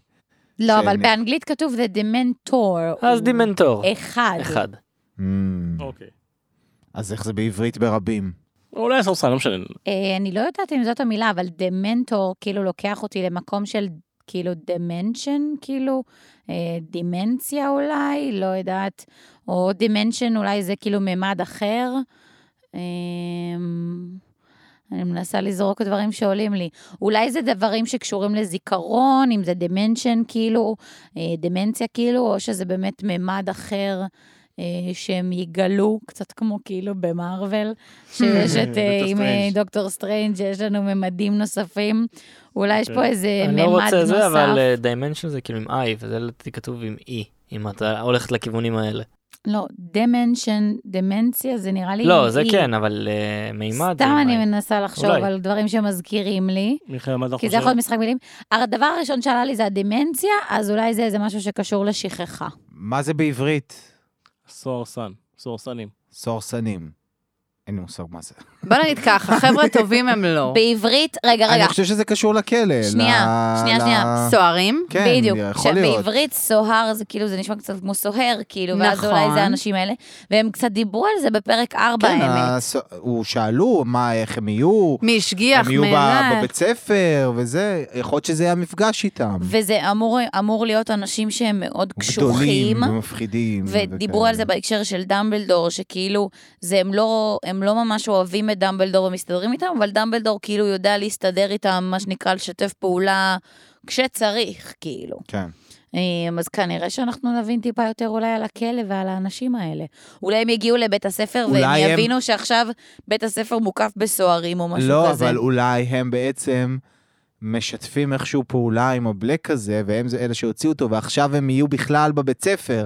B: לא, אבל
E: שאני-
B: באנגלית כתוב The Dementor.
D: אז דימנטור.
B: אחד.
D: אחד.
E: אמ,
A: אוקיי.
E: אז איך זה בעברית ברבים?
A: אולי הסוהרסן, לא משנה.
B: אה, אני לא יודעת אם זאת המילה, אבל דמנטור כאילו לוקח אותי למקום של כאילו דמנשן, כאילו אה, דימנציה אולי, לא יודעת, או דימנשן אולי זה כאילו ממד אחר. אה, אני מנסה לזרוק דברים שעולים לי. אולי זה דברים שקשורים לזיכרון, אם זה דמנשן כאילו, אה, דמנציה כאילו, או שזה באמת ממד אחר. אה, שהם יגלו, קצת כמו כאילו במארוול, שיש את,
A: דוקטור
B: אה, עם אה,
A: סטרנג'.
B: דוקטור סטרנג', יש לנו ממדים נוספים. אולי
A: כן.
B: יש פה איזה
D: אני
B: ממד
D: לא
B: אה, נוסף.
D: רוצה זה, אבל דיימנשן זה כאילו עם I, וזה לדעתי כתוב עם E, אם אתה הולכת לכיוונים האלה.
B: לא, דמנשן, דמנציה, זה נראה לי...
D: לא, זה
B: אי.
D: כן, אבל אה, מימד. זה
B: E. סתם
D: עם
B: אני
D: I.
B: מנסה לחשוב
D: אולי.
B: על דברים שמזכירים לי,
A: מיכאל, מה אתה
B: כי זה יכול
A: חושב?
B: להיות משחק מילים. הדבר הראשון שעלה לי זה הדמנציה, אז אולי זה איזה משהו שקשור לשכחה.
E: מה זה בעברית?
A: סוהרסן, סוהרסנים.
E: אמ, סוהרסנים. אין לי מושג מה זה.
C: בוא נגיד ככה, חבר'ה טובים הם לא.
B: בעברית, רגע, רגע,
E: אני חושב שזה קשור
B: שנייה,
E: לכלא. ל-
B: שנייה,
E: ל-
B: שנייה.
C: סוהרים?
E: כן,
B: בדיוק.
E: יכול להיות.
B: בעברית סוהר זה כאילו, זה נשמע קצת כמו סוהר, כאילו, ואז
C: נכון.
B: אולי זה האנשים האלה, והם קצת דיברו על זה בפרק 4,
E: כן,
B: האמת.
E: הס- הוא שאלו מה, איך הם יהיו,
C: מי השגיח?
E: הם יהיו
C: מי-
E: ב- בבית ספר וזה, יכול להיות שזה היה מפגש איתם.
B: וזה אמור, אמור להיות אנשים שהם מאוד קשוחים.
E: גדולים ומפחידים.
B: ודיברו
E: וכאלה.
B: על זה בהקשר של דמבלדור, שכאילו, זה הם לא, הם לא ממש אוהבים את דמבלדור ומסתדרים איתם, אבל דמבלדור כאילו יודע להסתדר איתם, מה שנקרא, לשתף פעולה כשצריך, כאילו.
E: כן.
B: אמ, אז כנראה שאנחנו נבין טיפה יותר אולי על הכלא ועל האנשים האלה. אולי הם יגיעו לבית הספר והם
E: אולי הם-
B: יבינו שעכשיו בית הספר מוקף בסוהרים או משהו
E: לא,
B: כזה.
E: אבל אולי הם בעצם משתפים איכשהו פעולה עם הבלק הזה, והם זה אלה שהוציאו אותו, ועכשיו הם יהיו בכלל בבית ספר.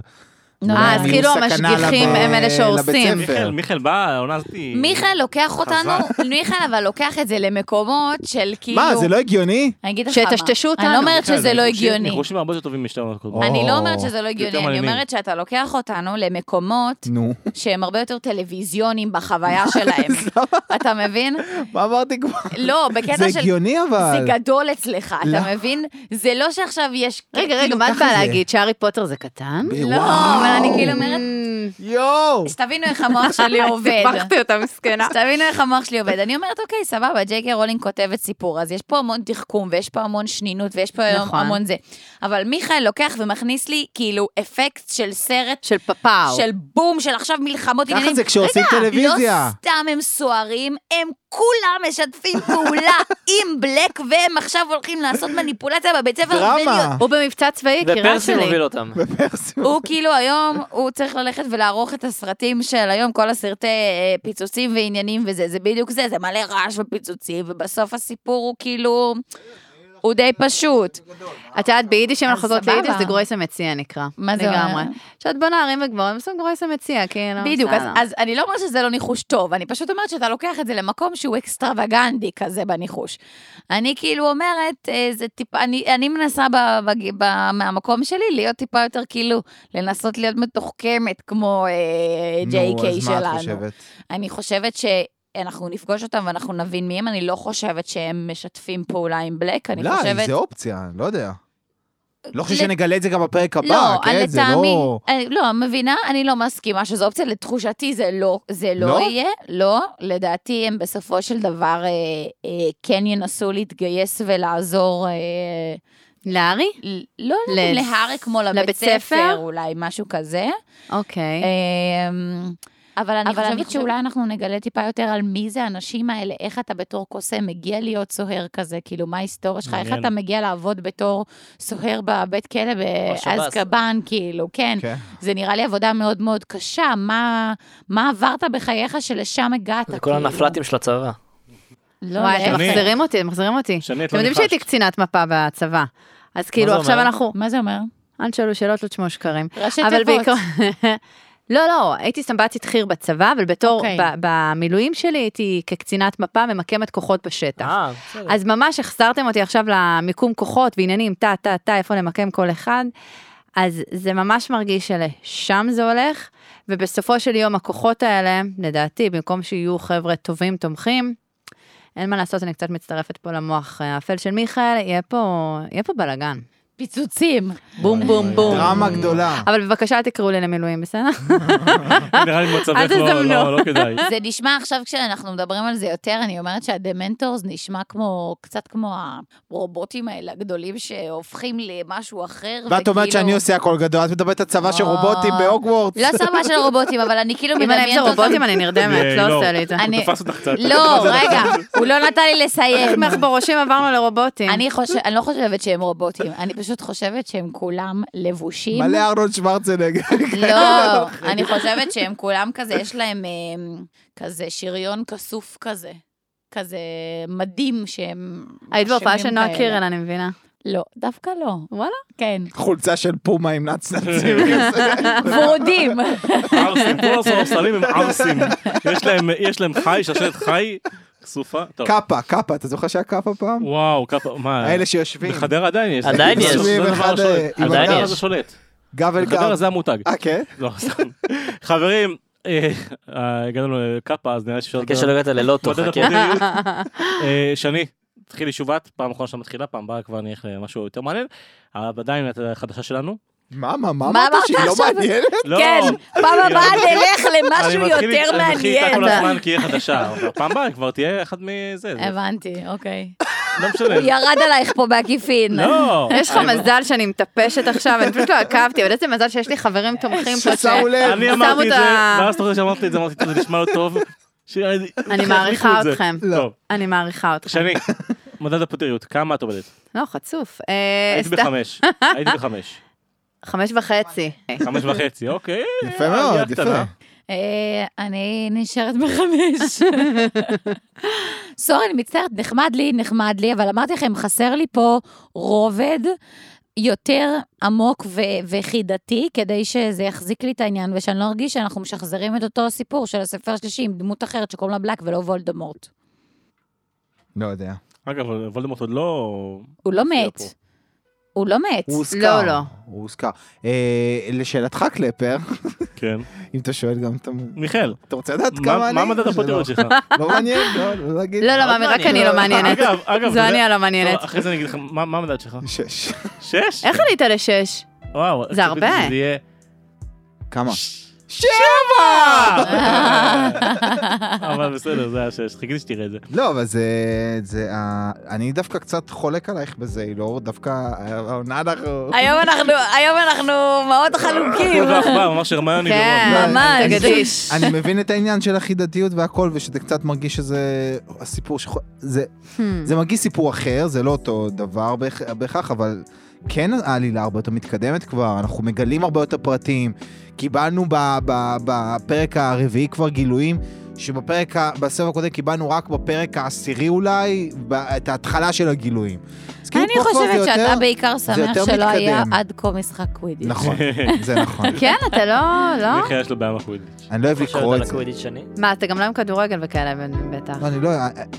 B: נו,
E: אולי
C: אה,
E: הם
C: אז
E: יהיו
C: כאילו
E: סכנה
C: המשגיחים
E: לב-
C: הם אלה שהורסים.
E: לבית ספר.
A: מיכאל, מיכאל בא, העונה הזאתי...
B: מיכאל לוקח אותנו, מיכאל אבל לוקח את זה למקומות של כאילו...
E: מה, זה לא הגיוני?
B: אני אגיד לך מה.
C: שיטשטשו
B: אני לא
C: אותנו.
B: אומרת
A: מיכאל,
B: שזה לא
A: ניחושים-
B: הגיוני.
A: ניחושים הרבה יותר טובים משתי העונות קודמות.
E: או.
B: אני לא אומרת שזה לא הגיוני, אני
A: מעניינים.
B: אומרת שאתה לוקח אותנו למקומות
E: נו,
B: שהם הרבה יותר טלוויזיונים בחוויה שלהם. אתה מבין?
E: מה אמרתי כבר?
B: לא,
E: לא- זה
B: בקטע של...
E: הגיוני
B: זה
E: אבל.
B: גדול אצלך,
E: לא.
B: אתה מבין? זה לא שעכשיו יש...
C: רגע,
B: כאילו,
C: רגע, מה את
E: ככה
C: באה
E: זה.
C: להגיד? שהארי פוטר זה קטן?
E: ב-
B: לא,
E: וואו.
B: אבל אני כאילו אומרת...
C: Mm,
E: יואו!
B: שתבינו איך המוח שלי עובד.
C: הפכתי אותה מסכנה.
B: שתבינו איך המוח שלי עובד. אני אומרת, אוקיי, סבבה, ג'קי רולינג כותבת סיפור, אז יש פה המון תחכום, ויש פה המון שנינות, ויש פה היום
C: נכון.
B: המון זה. אבל מיכאל לוקח ומכניס לי כאילו אפקט של סרט,
C: של פפאו.
B: של בום, של עכשיו מלחמות
E: ככה
B: עניינים.
E: זה כשעושים
B: רגע,
E: טלוויזיה.
B: לא סתם הם סוהרים, הם כולם משתפים פעולה עם בלק, והם עכשיו הולכים לעשות מניפולציה בבית ספר. ולהיות-
E: דרמה.
C: הוא במבצע צבאי, קירה
D: ופרסי
C: שלי.
D: מוביל אותם.
B: הוא כאילו היום, הוא צריך ללכת ולערוך את הסרטים של היום, כל הסרטי אה, פיצוצים ועניינים וזה, זה בדיוק זה, זה מלא רעש ופיצוצים, ובסוף הסיפור הוא כאילו, הוא די פשוט.
C: את יודעת, ביידיש, אם אנחנו
B: אז
C: חוזרות
B: סבבה.
C: ליידיש, זה גרויס המציע נקרא.
B: מה זה
C: לגמרי.
B: אומר?
C: שאת בונה ערים וגבוהים, בסוף גרויס המציע, כאילו.
B: בדיוק, אז,
C: בסדר.
B: אז אני לא אומרת שזה לא ניחוש טוב, אני פשוט אומרת שאתה לוקח את זה למקום שהוא אקסטרווגנדי כזה בניחוש. אני כאילו אומרת, אה, זה טיפה, אני, אני מנסה ב, ב, ב, מהמקום שלי להיות טיפה יותר כאילו, לנסות להיות מתוחכמת כמו אה,
E: נו,
B: JK
E: אז
B: שלנו.
E: מה את חושבת?
B: אני חושבת שאנחנו נפגוש אותם ואנחנו נבין מי הם, אני לא חושבת שהם משתפים פעולה עם בלק, אני
E: אולי,
B: חושבת...
E: זה אופציה, לא יודע. לא חושב
B: לת-
E: שנגלה את זה גם בפרק הבא,
B: לא,
E: כן? זה
B: לטעמי,
E: לא...
B: אני- לא, מבינה, אני לא מסכימה שזו אופציה, לתחושתי זה לא, זה לא,
E: לא?
B: יהיה, לא, לדעתי הם בסופו של דבר אה, אה, כן ינסו להתגייס ולעזור, אה,
C: לארי?
B: ל- לא
C: ל-
B: יודעת, אם להרי כמו לבית
C: לבית ספר?
B: ספר, אולי משהו כזה.
C: אוקיי.
B: אמ, אבל אני
C: אבל אני
B: חושבת
C: חושבת-
B: שאולי אנחנו נגלה טיפה יותר על מי זה האנשים האלה, איך אתה בתור קוסם מגיע להיות סוהר כזה, כאילו, מה ההיסטוריה שלך, איך
A: מעניין.
B: אתה מגיע לעבוד בתור סוהר בבית כלא
D: בשב"ס.
B: באזקבאן, כאילו, כן.
E: כן.
B: זה נראה לי עבודה מאוד מאוד קשה, מה מה עברת בחייך שלשם הגעת,
D: זה
B: כאילו.
D: כל הנפלטים של הצבא.
B: לא,
C: וואי, אתם
B: להפך.
A: אני-
C: מחזירים אותי, אתם מחזירים אותי.
A: שני, את
C: אתם
A: לא
C: יודעים
A: ניחשת.
C: שהייתי קצינת מפה בצבא. אז כאילו,
D: זה
C: עכשיו
D: אומר?
C: אנחנו...
B: מה זה אומר?
C: אל תשאלו שאלות, לא תשמעו שקרים.
B: ראשי
C: אבל
B: תיבות.
C: בעיקר... לא, לא, הייתי סמב"צית חי"ר בצבא, אבל בתור,
B: אוקיי.
C: ב- במילואים שלי הייתי כקצינת מפה ממקמת כוחות בשטח.
D: אה, בסדר.
C: אז ממש החזרתם אותי עכשיו למיקום כוחות ועניינים, טה, טה, טה, איפה למקם כל אחד. אז זה ממש מרגיש שלשם זה הולך, ובסופו של יום הכוחות האלה, לדעתי, במקום שיהיו חבר'ה טובים תומכים, אין מה לעשות, אני קצת מצטרפת פה למוח האפל של מיכאל, יהיה פה, יהיה פה בלאגן.
B: פיצוצים.
C: בום, בום, בום.
E: דרמה גדולה.
C: אבל בבקשה אל תקראו לי למילואים, בסדר?
A: נראה לי
C: אל
A: מצבך לא-
C: תזמנו.
A: לא לא כדאי.
B: זה נשמע עכשיו כשאנחנו מדברים על זה יותר, אני אומרת שהדמנטורס נשמע כמו, קצת כמו הרובוטים האלה הגדולים שהופכים למשהו אחר.
E: ואת אומרת
B: וכאילו-
E: שאני עושה הכל גדול, את מדברת על צבא של
B: אה.
E: רובוטים בהוגוורטס.
B: לא סבבה של רובוטים, אבל אני כאילו
C: אם אני
B: מדמיינת
C: אמצא רובוטים אני נרדמת,
A: זה-
C: לא
A: לא.
C: עושה לי את זה.
B: אני-
A: תפס אותך קצת.
B: לא, רגע, הוא לא נתן לי
C: איך
B: לסיים.
C: בראשים עברנו לרובוטים.
B: אני חושב- אני לא חושבת שהם רובוטים, אני פשוט חושבת שהם כולם לבושים.
E: מלא ארנולד שוורצנגר.
B: כאילו- לא, אני חושבת שהם כולם כזה, יש להם אה, כזה שריון כסוף כזה. כזה מדהים שהם...
C: היית בהופעה של
B: אשמים
C: נועה
B: כאלה.
C: קירל, אני מבינה.
B: לא, דווקא לא.
C: וואלה?
B: כן.
E: חולצה של פומה עם נצנצים.
B: ורודים.
A: ערסים, כל הספסלים הם ערסים. יש להם- יש להם חי, שרשרת חי, כסופה. טוב.
E: קאפה, קאפה, אתה זוכר שהיה קאפה פעם?
A: וואו, כפה, מה?
E: האלה שיושבים.
A: בחדרה עדיין יש.
D: עדיין יש.
A: זה הדבר
E: אחד,
A: השולט.
E: אה, עם
D: עדיין
A: הדבר
D: יש.
A: הזה שולט.
E: גב אל
A: בחדרה
E: גב.
A: זה המותג.
E: אה, כן?
A: לא, סתם. חברים, אה, אה, הגענו לקאפה, אז נראה לי שאפשר...
D: חכה שלא הגעת ללוטו,
A: מדד
D: חכה.
A: הפרודיות. אה, שני, תתחילי שובת, פעם אחרונה שאת מתחילה, פעם הבאה כבר נלך למשהו יותר מעניין. אבל עדיין את החדשה שלנו.
E: מה, מה, מה
B: מה
E: אמרת
B: אמרת
E: שהיא לא
B: עכשיו?
E: מעניינת?
A: לא,
B: כן, פעם
A: אני-
B: הבאה נלך
A: אני
B: למשהו
A: מתחיל-
B: יותר
A: אני מתחיל איתה
B: מעניין.
A: כל הזמן כי היא חדשה, אבל פעם הבאה כבר תהיה אחד מזה. זה
B: הבנתי, אוקיי.
A: לא משנה.
B: הוא ירד עלייך פה בעקיפין.
A: לא.
C: יש לך
A: אני-
C: מזל שאני מטפשת עכשיו, אני פשוט לא עקבתי, אבל איזה מזל שיש לי חברים תומכים פה. ש-
E: שמו לב.
A: אני
C: שם
A: אמרתי את זה,
C: אותה-
A: ואז תוך כדי שאמרתי את זה, אמרתי, "טוב, זה נשמע לא טוב. ש-
C: אני מעריכה
A: החליפו את זה.
C: אתכם.
A: טוב,
C: אני מעריכה אותך.
A: שני, מדד הפטריות, כמה את עובדת?
C: לא, חצוף. אה,
A: הייתי
C: סתם.
A: בחמש, הייתי בחמש.
C: חמש וחצי.
A: חמש וחצי, אוקיי.
E: יפה מאוד,
A: עלייה קטנה.
E: יפה.
B: אה, אני נשארת בחמש. סורי, אני מצטערת, נחמד לי, נחמד לי, אבל אמרתי לכם, חסר לי פה רובד יותר עמוק ו- וחידתי, כדי שזה יחזיק לי את העניין, ושאני לא ארגיש שאנחנו משחזרים את אותו סיפור של הספר השלישי עם דמות אחרת שקוראים לה בלק ולא וולדמורט.
E: לא יודע.
A: אגב, וולדמורט עוד לא...
B: הוא לא
A: מופיע
B: מת.
A: פה.
B: הוא לא מת.
E: הוא הוזכר.
C: לא, לא.
E: הוא הוזכר. אה, לשאלתך, קלפר,
A: כן.
E: אם אתה שואל גם, אתה-
A: מיכאל,
E: אתה רוצה לדעת
A: מה-
E: כמה אני?
A: מה מדד
E: זה
A: הפטריות
E: לא-
A: שלך?
E: לא מעניין? לא, לא להגיד.
C: לא, לא, מאמי, רק אני לא מעניינת.
A: אגב, אגב,
C: זו
A: אתה
C: אני
A: יודע-
C: הלא מעניינת.
A: לא, אחרי זה אני אגיד לך, מה מה המדד שלך?
E: שש.
A: שש?
C: איך עלית לשש?
A: וואו.
C: זה הרבה.
A: זה יהיה
E: כמה? שבע!
A: אה! אבל בסדר, זה היה שש, חיכיתי שתראה את זה.
E: לא, אבל זה... זה ה- אני דווקא קצת חולק עלייך בזה, אילור, דווקא אה, העונה אנחנו...
B: היום אנחנו, היום אנחנו מאוד חלוקים.
A: כל ועכבר, ממש הרמיוני.
C: כאילו-
A: לא?
C: כן,
A: ברור.
C: ממש.
E: אני-
C: גדיש.
E: אני מבין את העניין של החידתיות והכל, ושאתה קצת מרגיש שזה הסיפור ש... זה, זה מרגיש סיפור אחר, זה לא אותו דבר בהכ- בהכרח, אבל כן העלילה הרבה יותר מתקדמת כבר, אנחנו מגלים הרבה יותר פרטים. קיבלנו ב- ב- בפרק הרביעי כבר גילויים, שבפרק, ה- בסבב הקודם קיבלנו רק בפרק העשירי אולי, ב- את ההתחלה של הגילויים. אז כאילו
B: אני
E: פה כבר זה
B: חושבת שאתה
E: יותר-
B: בעיקר שמח
E: יותר
B: שלא היה
E: מתקדם.
B: עד כה משחק קווידיץ'.
E: נכון, זה נכון.
C: כן, אתה לא, לא?
A: מיכאל יש לו בעיה מחוויד.
E: אני לא אוהב לקרוא את זה.
C: מה, אתה גם לא עם כדורגל וכאלה ב- בטח.
E: לא, אני לא,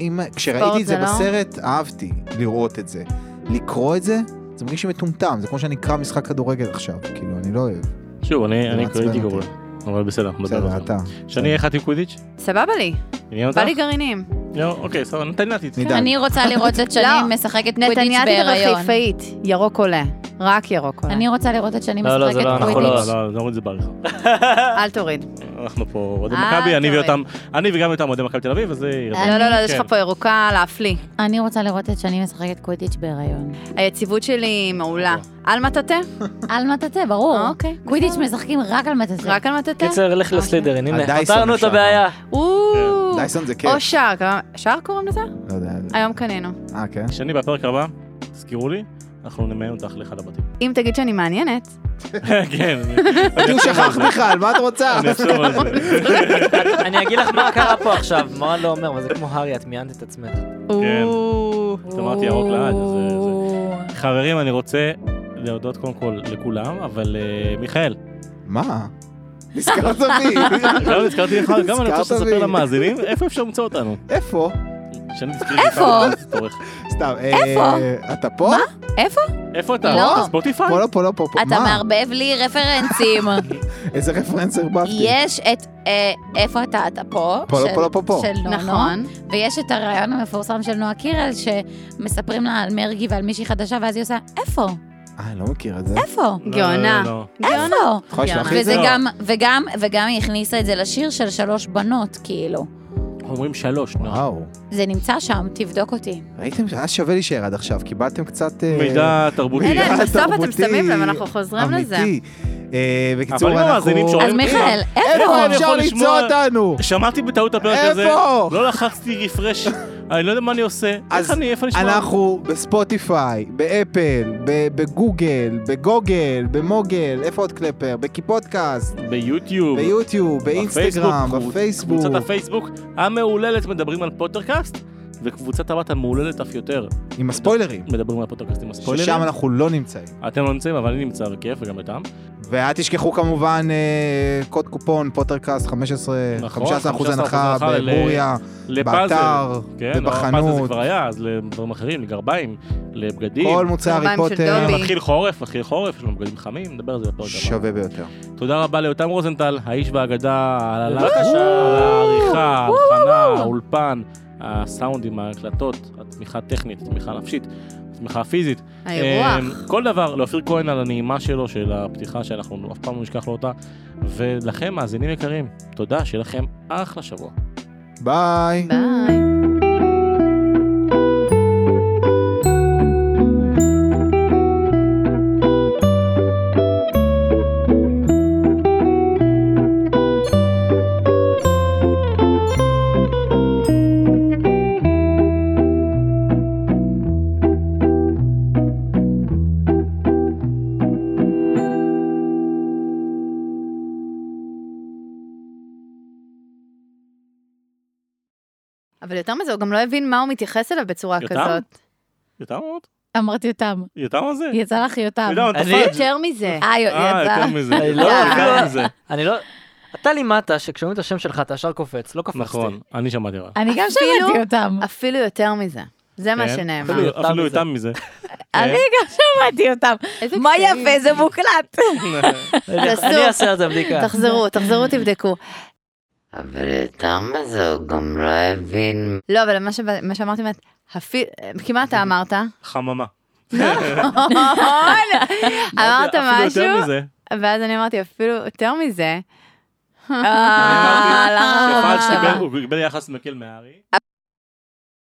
E: אם,
C: ספורט
E: כשראיתי את
C: זה
E: זה
C: לא?
E: בסרט, אהבתי לראות את זה. לקרוא את זה, זה מרגיש לי מטומטם, זה כמו שאני אקרא משחק כדורגל עכשיו, כאילו, אני לא אוהב.
A: שוב, אני
E: זה
A: אני
E: מעצבן
A: הייתי
E: אותי.
A: גרוע. אבל בסדר, בסדר.
E: לא, בסדר, אתה.
A: שאני אהיה אחד עם קווידיץ'?
C: סבבה לי,
A: עניין אותך?
C: בא לי גרעינים.
A: לא, אוקיי, סבבה, נתנתי.
E: נידן.
B: אני רוצה לראות את
C: לא.
B: שני משחקת קווידיץ'
C: נתניה תדבר
B: בהיריון.
C: חיפאית, ירוק עולה. רק ירוק עולה.
B: אני רוצה לראות את שני
D: לא, לא, זה
B: משחקת
D: לא, אנחנו
A: אנחנו לא,
B: קווידיץ'.
A: לא, נוריד את זה בעריכה.
C: אל תוריד.
A: אנחנו פה אוהדי
C: אה,
A: מכבי, אני
C: אתה רואה.
A: ואותם, אני וגם אותם אוהדי מכבי תל אביב, אז זה ירד.
B: אני-
C: לא, לא, לא, יש
A: כן.
C: לך פה ירוקה להפליא.
B: אני רוצה לראות את שני משחקת קווידיץ' בהיריון.
C: היציבות שלי מעולה.
A: כן.
C: על מטאטה?
E: כן.
B: על מטאטא, ברור.
C: אוקיי.
B: קווידיץ' משחקים רק על מטאטא.
C: רק על מטאטה?
D: קיצר, לך לסלידרין, הנה,
E: הדייסון
D: פתרנו את
E: אפשר.
D: הבעיה.
C: או,
A: כן.
E: דייסון זה לא כיף.
C: או שער, שער קוראים לזה?
E: לא יודע.
C: היום קנינו.
E: אה, כן?
A: שני בפרק הבא, תזכירו לי, אנחנו נמיין אותך לאחד הבתים.
C: אם תגיד שאני מעניינת,
A: כן, אני-
E: הוא שכח בכלל, מה את רוצה?
A: אני אחשוב על זה.
D: אני אגיד לך מה קרה פה עכשיו, מה לא אומר, אבל זה כמו הארי, את מיינת את עצמך.
A: כן.
C: או,
A: אז אמרתי ירוק לעד, אז זה- זה... חברים, אני רוצה להודות קודם כל לכולם, אבל אה, מיכאל,
E: מה? נזכרת בי.
A: לא נזכרתי לך, גם אני
E: נזכרת
A: רוצה שתספר
E: בי.
A: למאזינים, איפה אפשר למצוא אותנו?
E: איפה?
A: שאני תזכיר
B: איפה?
A: לי את הצורך.
E: סתם. אה,
B: איפה?
E: אתה פה?
B: איפה?
A: איפה אתה?
B: לא.
A: ספוטיפיי?
E: פה לא, פה לא, פה. פה.
B: אתה
E: מה?
B: מערבב לי רפרנסים.
E: איזה רפרנס הרבבתי.
B: יש את אה, איפה אתה, אתה פה.
E: פה, לא,
B: של-
E: פה, לא, פה, פה.
B: של נונו.
C: נכון.
A: לא,
B: ויש את הרעיון המפורסם של נועה קירל, שמספרים לה על מרגי ועל מישהי חדשה, ואז היא עושה, איפה?
E: אה, אני לא מכיר את זה.
B: איפה?
A: לא, לא,
C: גאונה.
A: לא, לא.
C: גאונה.
B: איפה?
E: את יכולה לשלוח לי את
B: וזה
E: זה?
A: לא.
B: גם, וגם, וגם היא הכניסה את זה לשיר של שלוש בנות, כאילו.
A: אומרים שלוש, לא. נו.
E: וואו.
B: זה נצא שם, תבדוק אותי.
E: ראיתם שהיה שווה להישאר עד עכשיו, קיבלתם קצת... אה,
A: מידע תרבותי.
C: הנה,
E: מידע
C: בסוף אתם
E: תרבותי
C: שמים לב, אנחנו חוזרים
E: אמיתי. אה, בקיצור,
A: אבל
E: אנחנו...
A: אם המאזינים שואלים-
B: אז מיכאל, "אה, איפה?
E: איפה
A: אני
E: אפשר
A: יכול לשמוע-
E: למצוא אותנו?
A: שמעתי בטעות הפרק הזה,
E: איפה?
A: לא לחצתי רפרש, אני לא יודע מה אני עושה, איך
E: אז
A: אני, איפה נשמע?
E: אנחנו בספוטיפיי, באפל, ב- בגוגל, בגוגל, במוגל, איפה עוד קלפר? בקיפודקאסט,
A: ביוטיוב,
E: ביוטיוב, באינסטגרם,
A: בפייסבוק,
E: בפייסבוק.
A: קבוצת הפייסבוק המהוללת מדברים על פוטרקאסט, וקבוצת הבת המהוללת אף יותר
E: עם הספוילרים,
A: מדברים על פוטרקאסט עם הספוילרים.
E: ששם אנחנו לא נמצאים.
A: אתם לא נמצאים, אבל אני נמצא בכיף, וגם אתם.
E: ואל תשכחו כמובן אה, קוד קופון פוטרקאסט 15,
A: נכון,
E: 15%
A: 15%
E: הנחה
A: הנחה ל-
E: בבוריה,
A: לפאזל.
E: באתר,
A: כן, הפאזל זה
E: ובחנות,
A: כבר היה, אז לדברים אחרים, לגרביים, לבגדים.
E: כל מוצרי הארי
C: גרביים של
E: פוטר
C: דובי.
A: מתחיל חורף, מתחיל חורף, יש לנו בגדים חמים, נדבר על זה בפרק הבא.
E: שווה ביותר.
A: תודה רבה ליותם רוזנטל, האיש והאגדה, על הלחש,
D: בבקשה.
A: על העריכה, ההלחנה, האולפן, הסאונדים, ההקלטות, התמיכה הטכנית, התמיכה הנפשית, התמיכה הפיזית.
C: האירוח.
A: אמ, כל דבר, לאופיר כהן על הנעימה שלו, של הפתיחה, שאנחנו אף פעם לא נשכח לו אותה. ולכם, מאזינים יקרים, תודה, שיהיה לכם אחלה שבוע.
E: ביי.
C: ביי. אבל יותר מזה, הוא גם לא הבין מה הוא מתייחס אליו בצורה
A: יותם?
C: כזאת.
A: יותם עוד?
B: אמרתי אותם.
A: יותם על זה?
B: יצא לך יותם.
A: יותם, אתה
D: אני-
A: פאג'.
C: יותר מזה.
B: אה,
A: לא, אה,
B: יצא.
A: יותר מזה.
D: אני לא-
A: יותר מזה.
D: אני לא... אתה לימדת שכשאומרים את השם שלך אתה ישר קופץ, לא קפצתי.
A: נכון, אני שמעתי עליו.
B: אני גם
C: אפילו-
B: שמעתי אותם.
C: אפילו יותר מזה. זה מה
A: כן?
C: שנאמר.
A: אפילו-
D: יותם
A: אפילו
D: מזה.
A: יותם מזה. אוקיי.
B: אני גם שמעתי אותם.
C: איזה
B: מה
C: קטעים.
B: יפה, זה מוקלט.
A: כן.
C: תעשו.
D: אני אעשה על זה בדיקה.
C: תחזרו, תחזרו, תבדקו.
F: אבל יותר מזה, הוא גם לא הבין
C: לא, אבל מה שבא- מה שאמרתי, באמת, אפי- כמעט אתה אמרת.
A: חממה.
C: אמרת
A: אפילו יותר
C: משהו,
A: מזה.
C: ואז אני אמרתי, אפילו יותר מזה,
A: אני אמרתי
B: למה
A: שפאג'
B: המחשבה?
A: קיבל- הוא קיבל יחס מקל מהארי.